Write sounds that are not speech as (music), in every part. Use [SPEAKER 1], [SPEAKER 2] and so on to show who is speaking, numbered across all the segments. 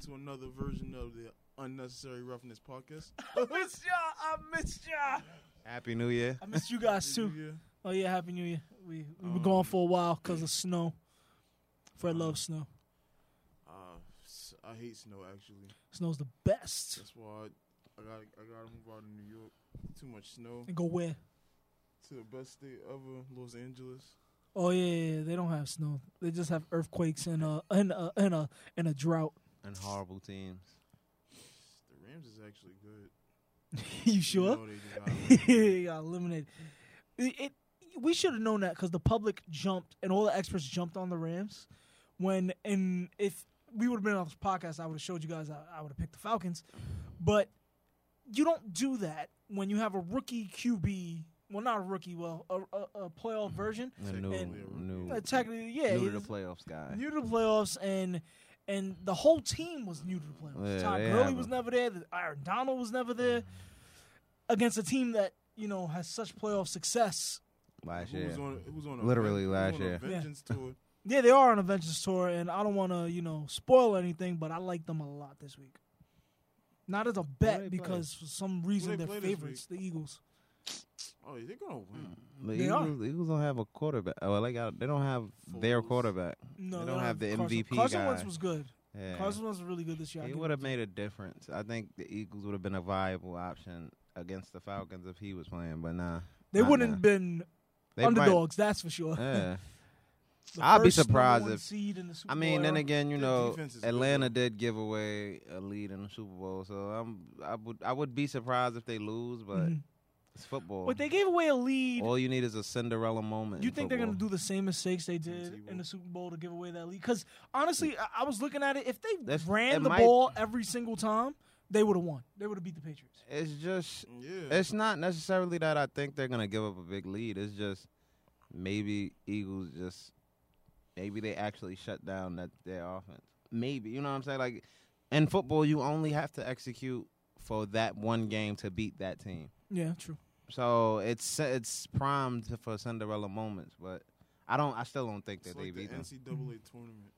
[SPEAKER 1] to another version of the Unnecessary Roughness podcast.
[SPEAKER 2] missed y'all. I missed y'all.
[SPEAKER 3] Happy New Year.
[SPEAKER 2] I missed you
[SPEAKER 1] (laughs)
[SPEAKER 2] guys too.
[SPEAKER 1] Yeah.
[SPEAKER 2] Oh yeah, happy New Year. We we were
[SPEAKER 1] Um,
[SPEAKER 2] gone for a while because of snow. Fred
[SPEAKER 1] um,
[SPEAKER 2] loves snow.
[SPEAKER 1] Uh, s- I hate snow actually.
[SPEAKER 2] Snow's the best.
[SPEAKER 1] That's why I, I got I got to move out of New York. Too much snow.
[SPEAKER 2] And go where?
[SPEAKER 1] To the best state ever, Los Angeles.
[SPEAKER 2] Oh yeah, yeah, yeah, they don't have snow. They just have earthquakes and a and a and a and a drought. (laughs)
[SPEAKER 3] And horrible teams.
[SPEAKER 1] The Rams is actually good.
[SPEAKER 2] you
[SPEAKER 1] You
[SPEAKER 2] sure?
[SPEAKER 1] know they
[SPEAKER 2] (laughs)
[SPEAKER 1] just got-
[SPEAKER 2] He got eliminated. It, it- we should have known that because the public jumped and all the experts jumped on the Rams. When and if we would have been on this podcast, I would have showed you guys. I, I would have picked the Falcons, but you don't do that when you have a rookie QB. Well, not a rookie. Well, a, a, a playoff version.
[SPEAKER 3] A new,
[SPEAKER 1] And-
[SPEAKER 3] new,
[SPEAKER 2] Uh, technically, yeah,
[SPEAKER 3] new to the
[SPEAKER 2] he's
[SPEAKER 3] playoffs guy.
[SPEAKER 2] new to the playoffs and. And the whole team was new to the playoffs.
[SPEAKER 3] Yeah,
[SPEAKER 2] Todd
[SPEAKER 3] they
[SPEAKER 2] Gurley
[SPEAKER 3] have
[SPEAKER 2] was
[SPEAKER 3] a-
[SPEAKER 2] never there. The- Aaron Donald was never there. Against a team that you know has such playoff success,
[SPEAKER 3] Last
[SPEAKER 1] Who
[SPEAKER 3] year.
[SPEAKER 1] was on? Who was on? A ven-
[SPEAKER 3] Literally
[SPEAKER 1] who was
[SPEAKER 3] last
[SPEAKER 1] on a
[SPEAKER 3] year.
[SPEAKER 1] vengeance
[SPEAKER 2] (laughs)
[SPEAKER 1] tour.
[SPEAKER 2] Yeah, they are on a Vengeance tour, and I don't want to, you know, spoil anything, but I like them a lot this week. Not as a
[SPEAKER 3] they
[SPEAKER 2] bet
[SPEAKER 3] play?
[SPEAKER 2] because for some reason
[SPEAKER 1] they
[SPEAKER 2] they are
[SPEAKER 1] play this week?
[SPEAKER 2] favorites, the Eagles.
[SPEAKER 1] Oh, they're gonna win.
[SPEAKER 3] The
[SPEAKER 2] They
[SPEAKER 3] Eagles, the Eagles don't have a quarterback. Oh, they got. They don't have their
[SPEAKER 1] Foles.
[SPEAKER 3] quarterback.
[SPEAKER 2] No,
[SPEAKER 3] They don't have the
[SPEAKER 2] Carson.
[SPEAKER 3] MVP
[SPEAKER 2] Carson
[SPEAKER 3] guy.
[SPEAKER 2] Wentz was good.
[SPEAKER 3] Yeah.
[SPEAKER 2] Carson Wentz was really good this year. I
[SPEAKER 3] It
[SPEAKER 2] give it
[SPEAKER 3] would have
[SPEAKER 2] to
[SPEAKER 3] made a difference. I think the Eagles would have been a viable option against the Falcons if he was playing, but nah.
[SPEAKER 2] him. They
[SPEAKER 3] nah,
[SPEAKER 2] wouldn't
[SPEAKER 3] nah.
[SPEAKER 2] have been
[SPEAKER 3] They might-
[SPEAKER 2] underdogs, that's for sure.
[SPEAKER 3] yeah.
[SPEAKER 2] (laughs) The
[SPEAKER 3] I'd be
[SPEAKER 2] first number
[SPEAKER 3] surprised
[SPEAKER 2] one
[SPEAKER 3] if-
[SPEAKER 2] seed in the (laughs) Super
[SPEAKER 3] I mean,
[SPEAKER 2] Bowl
[SPEAKER 3] then
[SPEAKER 2] era.
[SPEAKER 3] again, you
[SPEAKER 1] Their
[SPEAKER 3] know,
[SPEAKER 1] defense is good,
[SPEAKER 3] Atlanta did give away a lead in the Super Bowl, so I'm I would I would be surprised if they lose, but
[SPEAKER 2] Mhm.
[SPEAKER 3] it's football.
[SPEAKER 2] But they gave away a lead.
[SPEAKER 3] All you need is a Cinderella moment.
[SPEAKER 2] You
[SPEAKER 3] in
[SPEAKER 2] think they're gonna
[SPEAKER 3] football.
[SPEAKER 2] do the same mistakes they did
[SPEAKER 1] Tebow.
[SPEAKER 2] in the Super Bowl to give away that lead? Because honestly, I, I was looking at it. If they
[SPEAKER 3] That's- it
[SPEAKER 2] ran the
[SPEAKER 3] might-
[SPEAKER 2] ball every single time, they would have won. They would have beat the Patriots.
[SPEAKER 3] It's just
[SPEAKER 1] Yeah.
[SPEAKER 3] it's not necessarily that I think they're gonna give up a big lead. It's just maybe Eagles just maybe they actually shut down that their offense. Maybe you know what I'm saying? Like in football, you only have to execute for that one game to beat that team.
[SPEAKER 2] Yeah, true.
[SPEAKER 3] So it's it's primed for Cinderella moments, but I don't. I still don't think
[SPEAKER 1] It's
[SPEAKER 3] that
[SPEAKER 1] like
[SPEAKER 3] they
[SPEAKER 1] the
[SPEAKER 3] beat them.
[SPEAKER 1] NCAA tournament.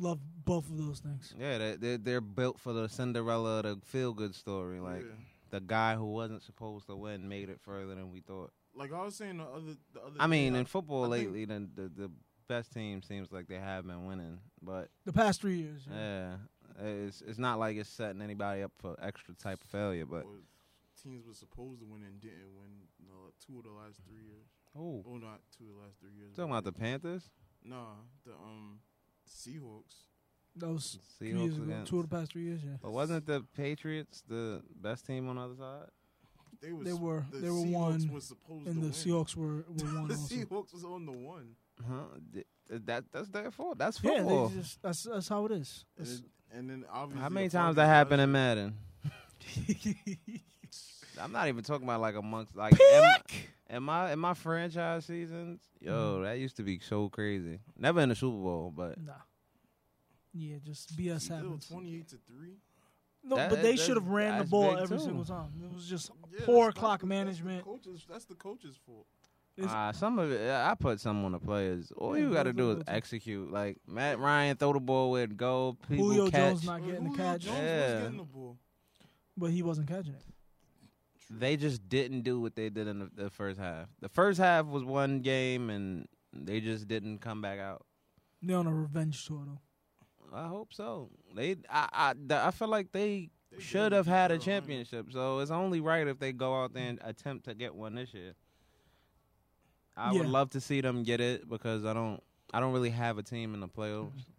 [SPEAKER 2] Love both of those things.
[SPEAKER 3] Yeah, they- they're they're built for the Cinderella, the feel good story. Like
[SPEAKER 1] yeah.
[SPEAKER 3] the guy who wasn't supposed to win made it further than we thought.
[SPEAKER 1] like I was saying the other. The other
[SPEAKER 3] I
[SPEAKER 1] day,
[SPEAKER 3] mean,
[SPEAKER 1] I-
[SPEAKER 3] in
[SPEAKER 2] uh,
[SPEAKER 3] football
[SPEAKER 1] I think-
[SPEAKER 3] lately, the, the the best team seems like they have been winning, but
[SPEAKER 2] The past three years. yeah.
[SPEAKER 3] yeah, it's it's not like it's setting anybody up for extra type of failure. But
[SPEAKER 1] or teams were supposed to win and didn't win uh, two of the last three years.
[SPEAKER 3] oh,
[SPEAKER 1] Oh, not two of the last three years.
[SPEAKER 3] talking about the Panthers,
[SPEAKER 1] Nah, the um Seahawks.
[SPEAKER 2] Those three years
[SPEAKER 3] Seahawks
[SPEAKER 2] ago.
[SPEAKER 3] against.
[SPEAKER 2] Two of the past three years. Yeah,
[SPEAKER 3] But wasn't the Patriots the best team on the other side?
[SPEAKER 1] They was
[SPEAKER 2] they were.
[SPEAKER 1] The
[SPEAKER 2] they were
[SPEAKER 1] Seahawks
[SPEAKER 2] one,
[SPEAKER 1] Was supposed
[SPEAKER 2] and
[SPEAKER 1] to
[SPEAKER 2] the
[SPEAKER 1] win. (laughs)
[SPEAKER 2] Seahawks were, were one.
[SPEAKER 1] the
[SPEAKER 2] also.
[SPEAKER 1] Seahawks was on the one.
[SPEAKER 3] Huh? Th- th- That that's their fault. That's
[SPEAKER 2] Yeah,
[SPEAKER 3] football.
[SPEAKER 2] they just, that's that's how it is.
[SPEAKER 1] And,
[SPEAKER 2] That's-
[SPEAKER 1] it- and then obviously,
[SPEAKER 3] How
[SPEAKER 1] the
[SPEAKER 3] many times that
[SPEAKER 1] Falcons
[SPEAKER 3] happened
[SPEAKER 1] lost.
[SPEAKER 3] in Madden? I'm not even talking about like amongst like
[SPEAKER 2] Pick.
[SPEAKER 3] in my in my franchise seasons.
[SPEAKER 2] Mm-hmm.
[SPEAKER 3] Yo, that used to be so crazy. Never in the Super Bowl, but
[SPEAKER 2] (laughs) Nah. Yeah, just BS
[SPEAKER 1] Still
[SPEAKER 2] happens.
[SPEAKER 1] twenty-eight to three.
[SPEAKER 2] No,
[SPEAKER 3] That-
[SPEAKER 2] but they
[SPEAKER 3] that's-
[SPEAKER 2] should have ran the
[SPEAKER 3] that's
[SPEAKER 2] ball
[SPEAKER 3] big,
[SPEAKER 2] every
[SPEAKER 3] too.
[SPEAKER 2] single time. It was just
[SPEAKER 1] Yeah,
[SPEAKER 2] poor
[SPEAKER 1] that's not
[SPEAKER 2] clock
[SPEAKER 1] the-
[SPEAKER 2] management.
[SPEAKER 1] That's the coaches. That's the coaches' fault.
[SPEAKER 2] It's-
[SPEAKER 3] uh, some of it I I put some on the players. All
[SPEAKER 2] Yeah,
[SPEAKER 3] you got to
[SPEAKER 2] those
[SPEAKER 3] do
[SPEAKER 2] are
[SPEAKER 3] is
[SPEAKER 2] good.
[SPEAKER 3] execute. Like Matt Ryan throw the ball with go people
[SPEAKER 2] Julio
[SPEAKER 3] catch.
[SPEAKER 2] Jones not getting the
[SPEAKER 1] Julio
[SPEAKER 2] catch,
[SPEAKER 1] Jones
[SPEAKER 3] Yeah.
[SPEAKER 1] was getting the ball.
[SPEAKER 2] but he wasn't catching it.
[SPEAKER 3] they just didn't do what they did in the, the first half. The first half was one game, and they just didn't come back out.
[SPEAKER 2] They're on a revenge tour though.
[SPEAKER 3] I hope so. They, I, I, th- I feel like they
[SPEAKER 1] They
[SPEAKER 3] should
[SPEAKER 1] did.
[SPEAKER 3] have had a
[SPEAKER 1] They're on.
[SPEAKER 3] championship. So it's only right if they go out there and attempt to get one this year. I would
[SPEAKER 2] Yeah.
[SPEAKER 3] love to see them get it because I don't, I don't really have a team in the playoffs
[SPEAKER 2] Mm-hmm.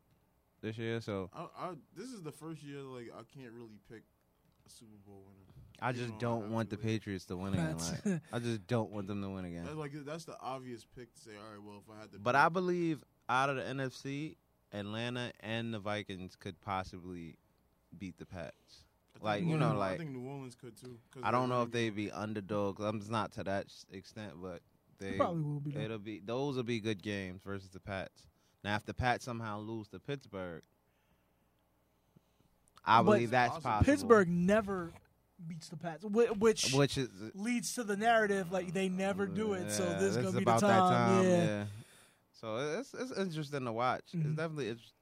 [SPEAKER 3] this year. So
[SPEAKER 1] I, I, this is the first year like I can't really pick a Super Bowl winner.
[SPEAKER 3] I
[SPEAKER 1] You
[SPEAKER 3] just
[SPEAKER 1] don't
[SPEAKER 3] don't
[SPEAKER 1] have
[SPEAKER 3] want
[SPEAKER 1] to
[SPEAKER 3] the
[SPEAKER 1] really-
[SPEAKER 3] Patriots to win again.
[SPEAKER 2] Pats. (laughs)
[SPEAKER 3] Like, I just don't want them to win again.
[SPEAKER 1] That's like that's the obvious pick to say. All right, well, if I had to,
[SPEAKER 3] But
[SPEAKER 1] pick,
[SPEAKER 3] I believe out of the NFC, Atlanta and the Vikings could possibly beat the Pats.
[SPEAKER 1] I
[SPEAKER 3] like,
[SPEAKER 1] think
[SPEAKER 2] you
[SPEAKER 1] New
[SPEAKER 2] know,
[SPEAKER 1] Orleans- I
[SPEAKER 3] like-
[SPEAKER 1] think New Orleans could too. 'cause
[SPEAKER 3] I don't know if
[SPEAKER 1] running
[SPEAKER 3] they'd be underdogs. I'm just not to that s- extent, but
[SPEAKER 2] They
[SPEAKER 3] they
[SPEAKER 2] probably will be. Though.
[SPEAKER 3] it'll be those will be good games versus the Pats. Now, if the Pats somehow lose to Pittsburgh, I
[SPEAKER 2] But-
[SPEAKER 3] believe that's
[SPEAKER 1] Possible.
[SPEAKER 3] possible.
[SPEAKER 2] Pittsburgh never beats the Pats, whi- which,
[SPEAKER 3] which is
[SPEAKER 2] leads to the narrative like they never do it. so
[SPEAKER 3] Yeah,
[SPEAKER 2] this is gonna be
[SPEAKER 3] about
[SPEAKER 2] the
[SPEAKER 3] that
[SPEAKER 2] time.
[SPEAKER 3] time.
[SPEAKER 2] yeah.
[SPEAKER 3] So it's it's interesting to watch.
[SPEAKER 2] Mhm.
[SPEAKER 3] It's definitely it's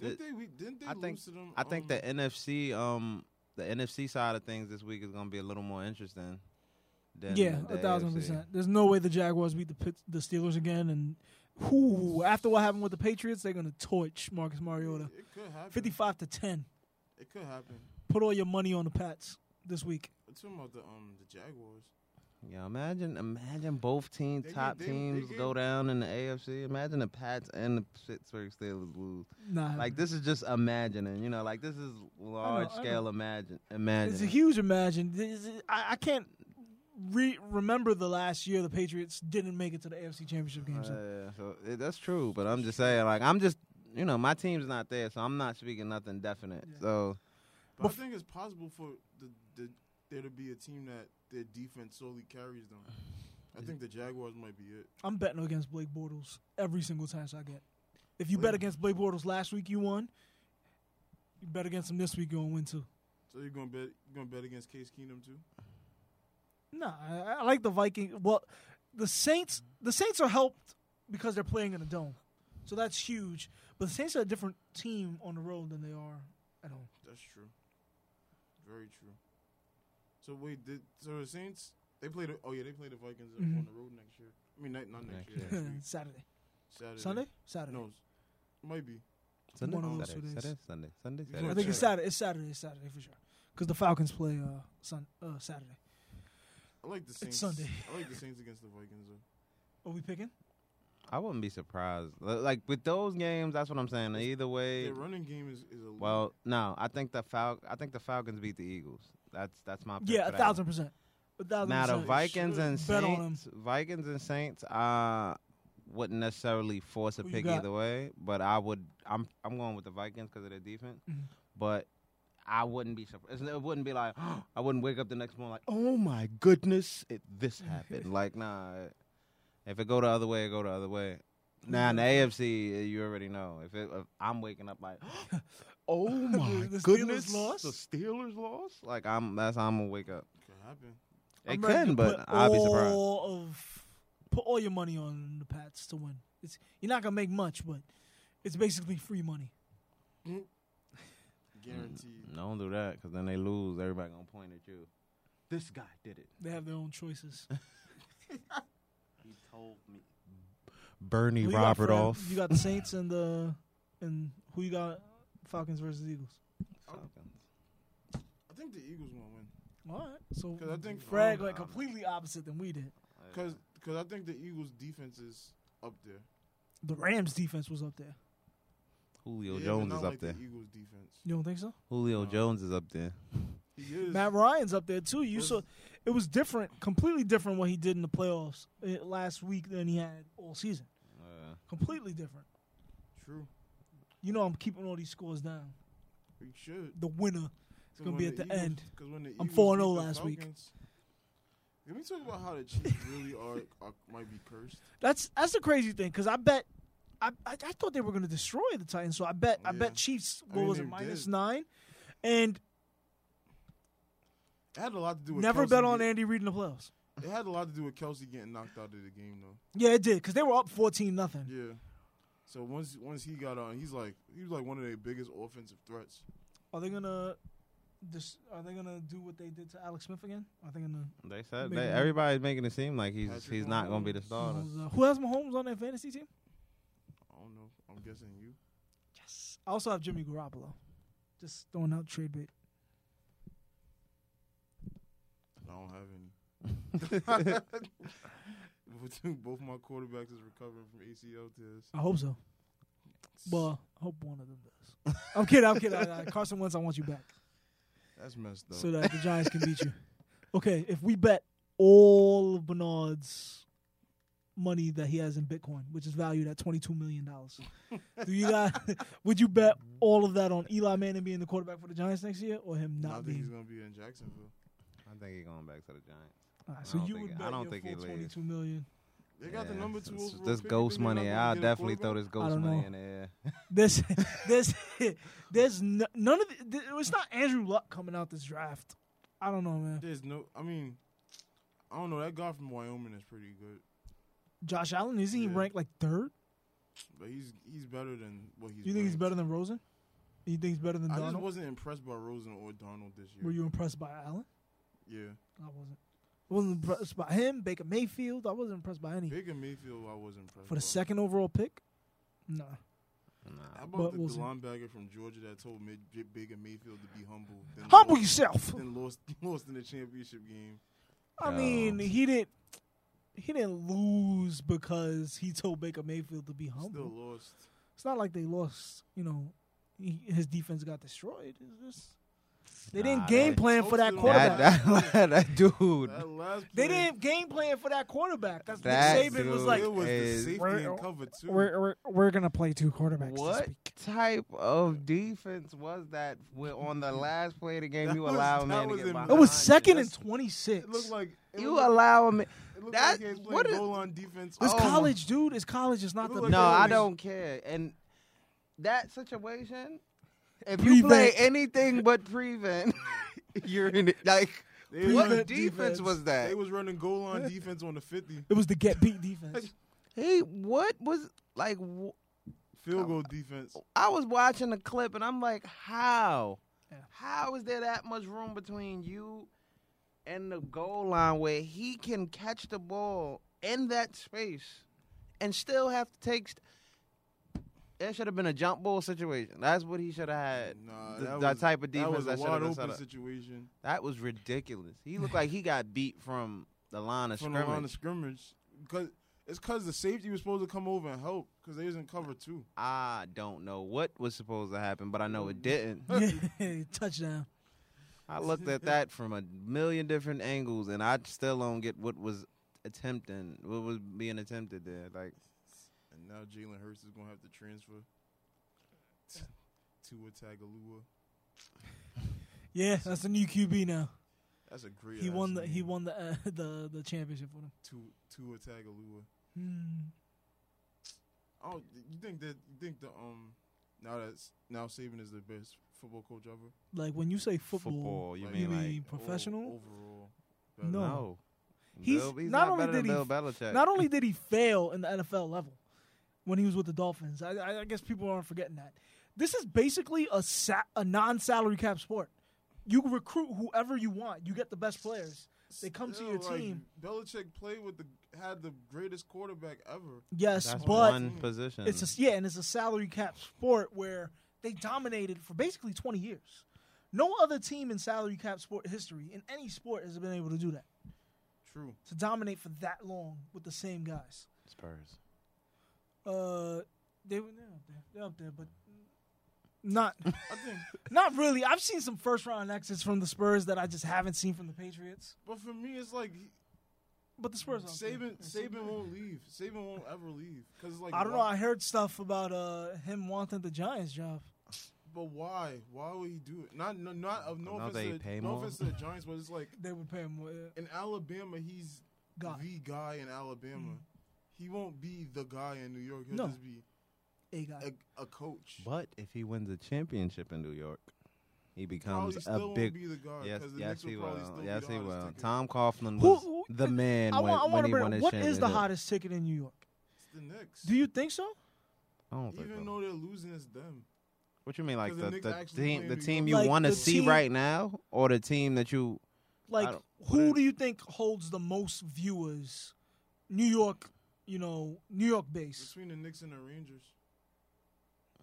[SPEAKER 1] Didn't they? We didn't they
[SPEAKER 3] I
[SPEAKER 1] lose
[SPEAKER 3] think-
[SPEAKER 1] to them?
[SPEAKER 3] I think
[SPEAKER 1] um,
[SPEAKER 3] the NFC, um, the NFC side of things this week is going to be a little more interesting. Than
[SPEAKER 2] yeah,
[SPEAKER 3] the
[SPEAKER 2] a thousand
[SPEAKER 3] AFC.
[SPEAKER 2] percent. There's no way the Jaguars beat the Pit- the Steelers again, and who after what happened with the Patriots, they're gonna torch Marcus Mariota,
[SPEAKER 1] It could happen.
[SPEAKER 2] fifty-five to ten.
[SPEAKER 1] It could happen.
[SPEAKER 2] Put all your money on the Pats this week.
[SPEAKER 1] I'm talking about the um the Jaguars.
[SPEAKER 3] Yeah, imagine, imagine both teams,
[SPEAKER 1] They get-
[SPEAKER 3] top
[SPEAKER 1] they- they
[SPEAKER 3] teams,
[SPEAKER 1] get-
[SPEAKER 3] go down in the AFC. Imagine the Pats and the Pittsburgh Steelers lose.
[SPEAKER 2] Nah,
[SPEAKER 3] Like this is just imagining, you know. Like this is large scale imagine,
[SPEAKER 2] it's a
[SPEAKER 3] imagine.
[SPEAKER 2] huge imagine. This is- I, I can't re- remember the last year the Patriots didn't make it to the AFC Championship game. so.
[SPEAKER 3] yeah, so it, that's true, but I'm just saying, like I'm just, you know, my team's not there, so I'm not speaking nothing definite.
[SPEAKER 2] Yeah.
[SPEAKER 3] So
[SPEAKER 1] But I
[SPEAKER 2] Bef-
[SPEAKER 1] think it's possible for the, the there to be a team that their defense solely carries them. I think the Jaguars might be it.
[SPEAKER 2] I'm betting against Blake Bortles every single chance I get. If you
[SPEAKER 1] Blake-
[SPEAKER 2] bet against Blake Bortles last week, you won. You bet against him this week, you're gonna win too.
[SPEAKER 1] So you're gonna bet you're gonna bet against Case Keenum too?
[SPEAKER 2] Nah, I, I like the Viking. Well, the Saints, the Saints are helped because they're playing in a dome, so that's huge. But the Saints are a different team on the road than they are at home.
[SPEAKER 1] That's true. Very true. So wait, did so the Saints they played? Oh yeah, they play the Vikings
[SPEAKER 2] Mhm.
[SPEAKER 1] on the road next year. I mean, not, not next
[SPEAKER 2] (laughs)
[SPEAKER 3] Next
[SPEAKER 1] year.
[SPEAKER 3] year.
[SPEAKER 1] next week.
[SPEAKER 2] Saturday,
[SPEAKER 1] Saturday,
[SPEAKER 2] Sunday, Saturday.
[SPEAKER 1] No, it's- might be.
[SPEAKER 3] Sunday,
[SPEAKER 2] One of those
[SPEAKER 3] Saturday,
[SPEAKER 2] two days.
[SPEAKER 3] Saturday, Sunday, Sunday,
[SPEAKER 1] You
[SPEAKER 3] Saturday.
[SPEAKER 2] I think it's
[SPEAKER 1] Saturday.
[SPEAKER 2] Saturday. It's Saturday. It's Saturday for sure. Because the Falcons play uh, sun, uh Saturday.
[SPEAKER 1] I like the Saints.
[SPEAKER 2] Sunday.
[SPEAKER 1] I like the Saints against the Vikings though.
[SPEAKER 2] Are we picking?
[SPEAKER 3] I wouldn't be surprised. Li- Like with those games, that's what I'm saying. Either way,
[SPEAKER 1] Their running game is is a
[SPEAKER 3] well, no, I think the Fal- I think the Falcons beat the Eagles. That's that's my pick
[SPEAKER 2] yeah,
[SPEAKER 3] for
[SPEAKER 2] a
[SPEAKER 3] that
[SPEAKER 2] thousand percent. A thousand
[SPEAKER 3] One. Now the
[SPEAKER 2] percent.
[SPEAKER 3] Vikings and
[SPEAKER 2] Bet on 'em.
[SPEAKER 3] Saints, Vikings and Saints, uh, wouldn't necessarily force a
[SPEAKER 2] Who you
[SPEAKER 3] pick
[SPEAKER 2] got?
[SPEAKER 3] either way, but I would. I'm I'm going with the Vikings because of their defense,
[SPEAKER 2] Mhm.
[SPEAKER 3] but. I wouldn't be surprised. It wouldn't be like (gasps) I wouldn't wake up the next morning like, oh my goodness, it, this happened. (laughs) like, nah. If it go the other way, it go the other way. Now in the AFC, uh, you already know. If, it, if I'm waking up
[SPEAKER 2] (gasps)
[SPEAKER 3] like, (gasps) oh my
[SPEAKER 2] (laughs) The Steelers
[SPEAKER 3] goodness,
[SPEAKER 2] lost?
[SPEAKER 3] the Steelers lost. Like I'm, that's how I'm gonna wake up.
[SPEAKER 1] could happen.
[SPEAKER 3] It
[SPEAKER 2] I'm ready to
[SPEAKER 3] can, but
[SPEAKER 2] put
[SPEAKER 3] I'll be surprised.
[SPEAKER 2] all of- put all your money on the Pats to win. It's you're not gonna make much, but it's basically free money.
[SPEAKER 1] Guaranteed.
[SPEAKER 3] Don't do that, cause then they lose. Everybody gonna point at you. This guy did it.
[SPEAKER 2] They have their own choices.
[SPEAKER 3] He told me. Bernie
[SPEAKER 2] Who you got for them? You got the Saints and the and who you got? Falcons versus Eagles.
[SPEAKER 3] Falcons. mm-hmm.
[SPEAKER 1] I think the Eagles gonna win
[SPEAKER 2] All right, so
[SPEAKER 1] 'Cause I think-
[SPEAKER 2] Fred
[SPEAKER 3] Oh,
[SPEAKER 2] went
[SPEAKER 3] nah, man.
[SPEAKER 2] completely opposite than we did.
[SPEAKER 1] because because I think the Eagles defense is up there.
[SPEAKER 2] The Rams defense was up there.
[SPEAKER 3] Julio
[SPEAKER 1] Yeah, but
[SPEAKER 3] Jones
[SPEAKER 1] not
[SPEAKER 3] is up
[SPEAKER 1] like
[SPEAKER 3] there.
[SPEAKER 1] The Eagles defense.
[SPEAKER 2] You don't think so?
[SPEAKER 3] Julio
[SPEAKER 1] No.
[SPEAKER 3] Jones is up there.
[SPEAKER 1] He is.
[SPEAKER 2] Matt Ryan's up there too. You
[SPEAKER 1] Was-
[SPEAKER 2] saw it was different, completely different what he did in the playoffs eh, last week than he had all season.
[SPEAKER 3] Uh,
[SPEAKER 2] Completely different.
[SPEAKER 1] True.
[SPEAKER 2] You know I'm keeping all these scores down.
[SPEAKER 1] We should.
[SPEAKER 2] The winner
[SPEAKER 1] It's
[SPEAKER 2] gonna be at the end.
[SPEAKER 1] Because when the
[SPEAKER 2] I'm
[SPEAKER 1] Eagles
[SPEAKER 2] 4-0
[SPEAKER 1] beat the
[SPEAKER 2] last week.
[SPEAKER 1] Falcons- Can we talk about how the Chiefs really are, are might be cursed?
[SPEAKER 2] That's that's the crazy thing because I bet I, I I thought they were going to destroy the Titans, so I bet I
[SPEAKER 1] Yeah.
[SPEAKER 2] bet Chiefs.
[SPEAKER 1] I
[SPEAKER 2] What
[SPEAKER 1] mean,
[SPEAKER 2] was
[SPEAKER 1] they
[SPEAKER 2] it minus
[SPEAKER 1] did.
[SPEAKER 2] nine? And
[SPEAKER 1] It had a lot to do with
[SPEAKER 2] never
[SPEAKER 1] Kelsey
[SPEAKER 2] bet on
[SPEAKER 1] get-
[SPEAKER 2] Andy Reid in the playoffs.
[SPEAKER 1] It had a lot to do with Kelsey getting knocked out of the game though.
[SPEAKER 2] Yeah, it did because they were up fourteen nothing.
[SPEAKER 1] Yeah. So once once he got on, he's like he was like one of their biggest offensive threats.
[SPEAKER 2] Are they gonna? Dis- are they gonna do what they did to Alex Smith again? Are they gonna?
[SPEAKER 3] they said
[SPEAKER 2] Maybe
[SPEAKER 3] they,
[SPEAKER 2] not.
[SPEAKER 3] everybody's making it seem like he's
[SPEAKER 1] Patrick
[SPEAKER 3] he's not gonna be the
[SPEAKER 1] Mahomes.
[SPEAKER 3] starter.
[SPEAKER 2] uh, Who has Mahomes on their fantasy team?
[SPEAKER 1] I don't know. I'm guessing you.
[SPEAKER 2] Yes. I also have Jimmy Garoppolo. Just throwing out trade bait.
[SPEAKER 1] I don't have any. (laughs) Both- Both my quarterbacks is recovering from ACL tears.
[SPEAKER 2] I hope so. Well, I hope one of them does. (laughs) I'm kidding. I'm kidding. I, I, Carson Wentz, I want you back.
[SPEAKER 1] That's messed up.
[SPEAKER 2] so that the Giants can beat you. Okay, if we bet all of Bernard's money that he has in Bitcoin, which is valued at twenty two million dollars, do you guys (laughs) would you bet all of that on Eli Manning being the quarterback for the Giants next year, or him
[SPEAKER 1] I
[SPEAKER 2] not
[SPEAKER 1] don't think he's
[SPEAKER 2] being?
[SPEAKER 1] gonna be in Jacksonville.
[SPEAKER 3] I think he's going back to the Giants.
[SPEAKER 2] All right,
[SPEAKER 3] I
[SPEAKER 2] so
[SPEAKER 3] don't
[SPEAKER 2] you
[SPEAKER 3] think-
[SPEAKER 2] would
[SPEAKER 3] I
[SPEAKER 2] bet
[SPEAKER 3] don't
[SPEAKER 2] your
[SPEAKER 3] think he
[SPEAKER 2] full
[SPEAKER 3] leaves.
[SPEAKER 2] twenty two million.
[SPEAKER 1] They got the
[SPEAKER 3] Yeah,
[SPEAKER 1] number two.
[SPEAKER 3] it's-
[SPEAKER 1] overall
[SPEAKER 3] This
[SPEAKER 1] pick.
[SPEAKER 3] ghost
[SPEAKER 1] They not
[SPEAKER 3] money,
[SPEAKER 1] gonna
[SPEAKER 3] I'll
[SPEAKER 1] get a
[SPEAKER 3] definitely
[SPEAKER 1] quarterback?
[SPEAKER 3] throw this ghost
[SPEAKER 2] don't
[SPEAKER 3] money
[SPEAKER 2] know.
[SPEAKER 3] in the air.
[SPEAKER 2] This, (laughs) this, there's no, none of the, th- it's not Andrew Luck coming out this draft. I don't know, man.
[SPEAKER 1] There's no. I mean, I don't know. That guy from Wyoming is pretty good.
[SPEAKER 2] Josh Allen isn't he
[SPEAKER 1] Yeah.
[SPEAKER 2] ranked like third?
[SPEAKER 1] But he's he's better than what he's.
[SPEAKER 2] you think he's
[SPEAKER 1] been.
[SPEAKER 2] better than Rosen? You think he's better than
[SPEAKER 1] I just
[SPEAKER 2] Donald?
[SPEAKER 1] wasn't impressed by Rosen or Donald this year.
[SPEAKER 2] Were you impressed by Allen?
[SPEAKER 1] Yeah,
[SPEAKER 2] I wasn't. I wasn't impressed by him, Baker Mayfield. I wasn't impressed by any.
[SPEAKER 1] Baker Mayfield, I was impressed
[SPEAKER 2] For
[SPEAKER 1] by.
[SPEAKER 2] the second overall pick? Nah.
[SPEAKER 1] How
[SPEAKER 3] Nah.
[SPEAKER 1] about
[SPEAKER 2] But
[SPEAKER 1] the,
[SPEAKER 2] we'll
[SPEAKER 1] the
[SPEAKER 2] see.
[SPEAKER 1] linebacker from Georgia that told Mid- J- Baker Mayfield to be humble? Then
[SPEAKER 2] Humble
[SPEAKER 1] Lost,
[SPEAKER 2] yourself.
[SPEAKER 1] then lost (laughs) lost in the championship game.
[SPEAKER 2] I
[SPEAKER 3] No.
[SPEAKER 2] mean, he didn't. He didn't lose because he told Baker Mayfield to be humble.
[SPEAKER 1] Still lost.
[SPEAKER 2] It's not like they lost. You know, he, his defense got destroyed. It's just they
[SPEAKER 3] Nah,
[SPEAKER 2] didn't game
[SPEAKER 3] that-
[SPEAKER 2] plan for that
[SPEAKER 1] That-
[SPEAKER 2] quarterback.
[SPEAKER 3] That, that, (laughs) that dude.
[SPEAKER 1] That last
[SPEAKER 2] they
[SPEAKER 1] play,
[SPEAKER 2] didn't game plan for that quarterback. That's
[SPEAKER 3] That
[SPEAKER 2] Nick Saban was
[SPEAKER 3] dude
[SPEAKER 2] like,
[SPEAKER 1] it was the
[SPEAKER 3] is-
[SPEAKER 1] safety
[SPEAKER 2] We're-
[SPEAKER 1] and cover too.
[SPEAKER 2] we're, we're we're gonna play two quarterbacks. this
[SPEAKER 3] What
[SPEAKER 2] week."
[SPEAKER 3] type of defense was that? Where on the last play of the game,
[SPEAKER 1] That
[SPEAKER 3] you
[SPEAKER 1] was-
[SPEAKER 3] allow a
[SPEAKER 1] that
[SPEAKER 3] man to
[SPEAKER 1] was
[SPEAKER 3] get
[SPEAKER 1] in-
[SPEAKER 3] behind
[SPEAKER 2] It was
[SPEAKER 3] you.
[SPEAKER 2] second and
[SPEAKER 1] That's-
[SPEAKER 2] twenty six.
[SPEAKER 1] It looked like it
[SPEAKER 3] You
[SPEAKER 1] looked like-
[SPEAKER 3] allow a man.
[SPEAKER 1] it looked
[SPEAKER 3] that-
[SPEAKER 1] like he was playing
[SPEAKER 3] what is-
[SPEAKER 1] goal line defense.
[SPEAKER 2] It's
[SPEAKER 3] Oh, my-
[SPEAKER 2] college, dude. It's college. It's not
[SPEAKER 1] It
[SPEAKER 2] the
[SPEAKER 1] looked
[SPEAKER 3] No,
[SPEAKER 1] like
[SPEAKER 3] I
[SPEAKER 1] it was-
[SPEAKER 3] don't care. And that situation, if you play
[SPEAKER 2] Prevent.
[SPEAKER 3] anything but prevent, (laughs) you're in it. Like,
[SPEAKER 1] They
[SPEAKER 3] what
[SPEAKER 2] Prevent
[SPEAKER 3] defense,
[SPEAKER 2] defense.
[SPEAKER 3] was that?
[SPEAKER 1] They was running goal line
[SPEAKER 3] (laughs)
[SPEAKER 1] defense on the fifty.
[SPEAKER 2] It was the get
[SPEAKER 1] (laughs)
[SPEAKER 2] beat defense.
[SPEAKER 3] hey, what was like? wh-
[SPEAKER 1] Field goal defense.
[SPEAKER 3] I was watching the clip and I'm like, how?
[SPEAKER 2] Yeah.
[SPEAKER 3] How is there that much room between you and the goal line where he can catch the ball in that space and still have to take? St- it should have been a jump ball situation. That's what he should have had.
[SPEAKER 1] Nah,
[SPEAKER 3] Th-
[SPEAKER 1] that,
[SPEAKER 3] that,
[SPEAKER 1] was,
[SPEAKER 3] type of
[SPEAKER 1] that
[SPEAKER 3] defense
[SPEAKER 1] was a
[SPEAKER 3] that, should
[SPEAKER 1] wide
[SPEAKER 3] have been set
[SPEAKER 1] open
[SPEAKER 3] up.
[SPEAKER 1] situation
[SPEAKER 3] That was ridiculous. He looked like he got beat from the line of
[SPEAKER 1] from the line of
[SPEAKER 3] scrimmage.
[SPEAKER 1] scrimmage. Cause it's cause the safety was supposed to come over and help because they was in cover two.
[SPEAKER 3] I don't know what was supposed to happen, but I know it didn't.
[SPEAKER 2] yeah, (laughs) touchdown.
[SPEAKER 3] I looked at that from a million different angles, and I still don't get what was attempting, what was being attempted there. Like,
[SPEAKER 1] And now Jalen Hurts is gonna have to transfer t- to a Tagalua.
[SPEAKER 2] Yeah, that's the new QB now.
[SPEAKER 1] That's a great.
[SPEAKER 2] he
[SPEAKER 1] ass
[SPEAKER 2] won the he
[SPEAKER 1] name.
[SPEAKER 2] won the uh, (laughs) the the championship with him.
[SPEAKER 1] to to a Tagalua.
[SPEAKER 2] Hmm.
[SPEAKER 1] Oh, you think that you think the um now that's now Saban is the best football coach ever?
[SPEAKER 2] Like when you say football,
[SPEAKER 3] football, you
[SPEAKER 1] like-
[SPEAKER 3] mean
[SPEAKER 2] you
[SPEAKER 3] like
[SPEAKER 2] mean professional?
[SPEAKER 1] O- overall.
[SPEAKER 2] No.
[SPEAKER 3] no?
[SPEAKER 2] He's-
[SPEAKER 3] Bill, he's
[SPEAKER 2] not
[SPEAKER 3] not,
[SPEAKER 2] only
[SPEAKER 3] better than
[SPEAKER 2] did he
[SPEAKER 3] Bill Belichick.
[SPEAKER 2] Not only did he fail in the NFL level when he was with the Dolphins, I- I, I guess people aren't forgetting that. This is basically a sa- a non salary cap sport. You can recruit whoever you want. You get the best players. They come to your
[SPEAKER 1] Still, like,
[SPEAKER 2] team.
[SPEAKER 1] Belichick played with the had the greatest quarterback ever.
[SPEAKER 2] Yes,
[SPEAKER 3] That's
[SPEAKER 2] but
[SPEAKER 3] one position.
[SPEAKER 2] it's a yeah, and it's a salary cap sport where they dominated for basically 20 years. No other team in salary cap sport history in any sport has been able to do that
[SPEAKER 1] True.
[SPEAKER 2] to dominate for that long with the same guys.
[SPEAKER 3] Spurs.
[SPEAKER 2] Uh, they were they're up there, they're up there, but
[SPEAKER 3] (laughs)
[SPEAKER 2] not
[SPEAKER 1] I think,
[SPEAKER 2] not really. I've seen some first round exits from the Spurs that I just haven't seen from the Patriots.
[SPEAKER 1] but for me, it's like he-
[SPEAKER 2] But the Spurs, are up there.
[SPEAKER 1] Saban. Saban won't leave. Saban won't ever leave. Cause it's like
[SPEAKER 2] I don't know.
[SPEAKER 1] why-
[SPEAKER 2] I heard stuff about uh him wanting the Giants job.
[SPEAKER 1] But why? Why would he do it? Not no, not of no
[SPEAKER 3] Don't
[SPEAKER 1] offense.
[SPEAKER 3] they
[SPEAKER 1] to, the-
[SPEAKER 3] pay
[SPEAKER 1] no
[SPEAKER 3] more?
[SPEAKER 1] offense to the Giants, but it's like
[SPEAKER 2] They would pay him uh, more. yeah.
[SPEAKER 1] in Alabama, he's
[SPEAKER 2] God,
[SPEAKER 1] the guy in Alabama.
[SPEAKER 2] Mhm.
[SPEAKER 1] He won't be the guy in New York. He'll
[SPEAKER 2] No.
[SPEAKER 1] just be
[SPEAKER 2] a guy.
[SPEAKER 1] a, a coach.
[SPEAKER 3] But if he wins a championship in New York,
[SPEAKER 1] Probably
[SPEAKER 3] he becomes
[SPEAKER 1] still
[SPEAKER 3] a
[SPEAKER 1] won't
[SPEAKER 3] big.
[SPEAKER 1] be the guy.
[SPEAKER 3] Yes,
[SPEAKER 1] 'cause the
[SPEAKER 3] yes,
[SPEAKER 1] Knicks
[SPEAKER 3] he
[SPEAKER 1] probably
[SPEAKER 3] will.
[SPEAKER 1] still be
[SPEAKER 3] Yes,
[SPEAKER 1] the
[SPEAKER 3] he
[SPEAKER 1] hottest
[SPEAKER 3] will.
[SPEAKER 1] ticket.
[SPEAKER 3] Tom Coughlin
[SPEAKER 2] Who-
[SPEAKER 3] was
[SPEAKER 2] who-
[SPEAKER 3] the man
[SPEAKER 2] I
[SPEAKER 3] when,
[SPEAKER 2] want. I
[SPEAKER 3] when
[SPEAKER 2] want to
[SPEAKER 3] he
[SPEAKER 2] bring.
[SPEAKER 3] won
[SPEAKER 2] up,
[SPEAKER 3] his
[SPEAKER 2] What is the
[SPEAKER 3] championship.
[SPEAKER 2] hottest ticket in New York?
[SPEAKER 1] It's the Knicks.
[SPEAKER 2] Do you think so?
[SPEAKER 3] I don't think
[SPEAKER 1] Even
[SPEAKER 3] so.
[SPEAKER 1] though they're losing, it's them.
[SPEAKER 3] What you mean, like
[SPEAKER 1] 'Cause the
[SPEAKER 3] the,
[SPEAKER 1] Knicks
[SPEAKER 3] the
[SPEAKER 1] actually
[SPEAKER 3] team,
[SPEAKER 1] play
[SPEAKER 3] the
[SPEAKER 1] New York.
[SPEAKER 3] team you
[SPEAKER 2] Like,
[SPEAKER 3] want to
[SPEAKER 2] the
[SPEAKER 3] see
[SPEAKER 2] team-
[SPEAKER 3] right now, or the team that you?
[SPEAKER 2] Like,
[SPEAKER 3] don't-
[SPEAKER 2] who do you think holds the most viewers? New York, you know, New York base.
[SPEAKER 1] Between the Knicks and the Rangers.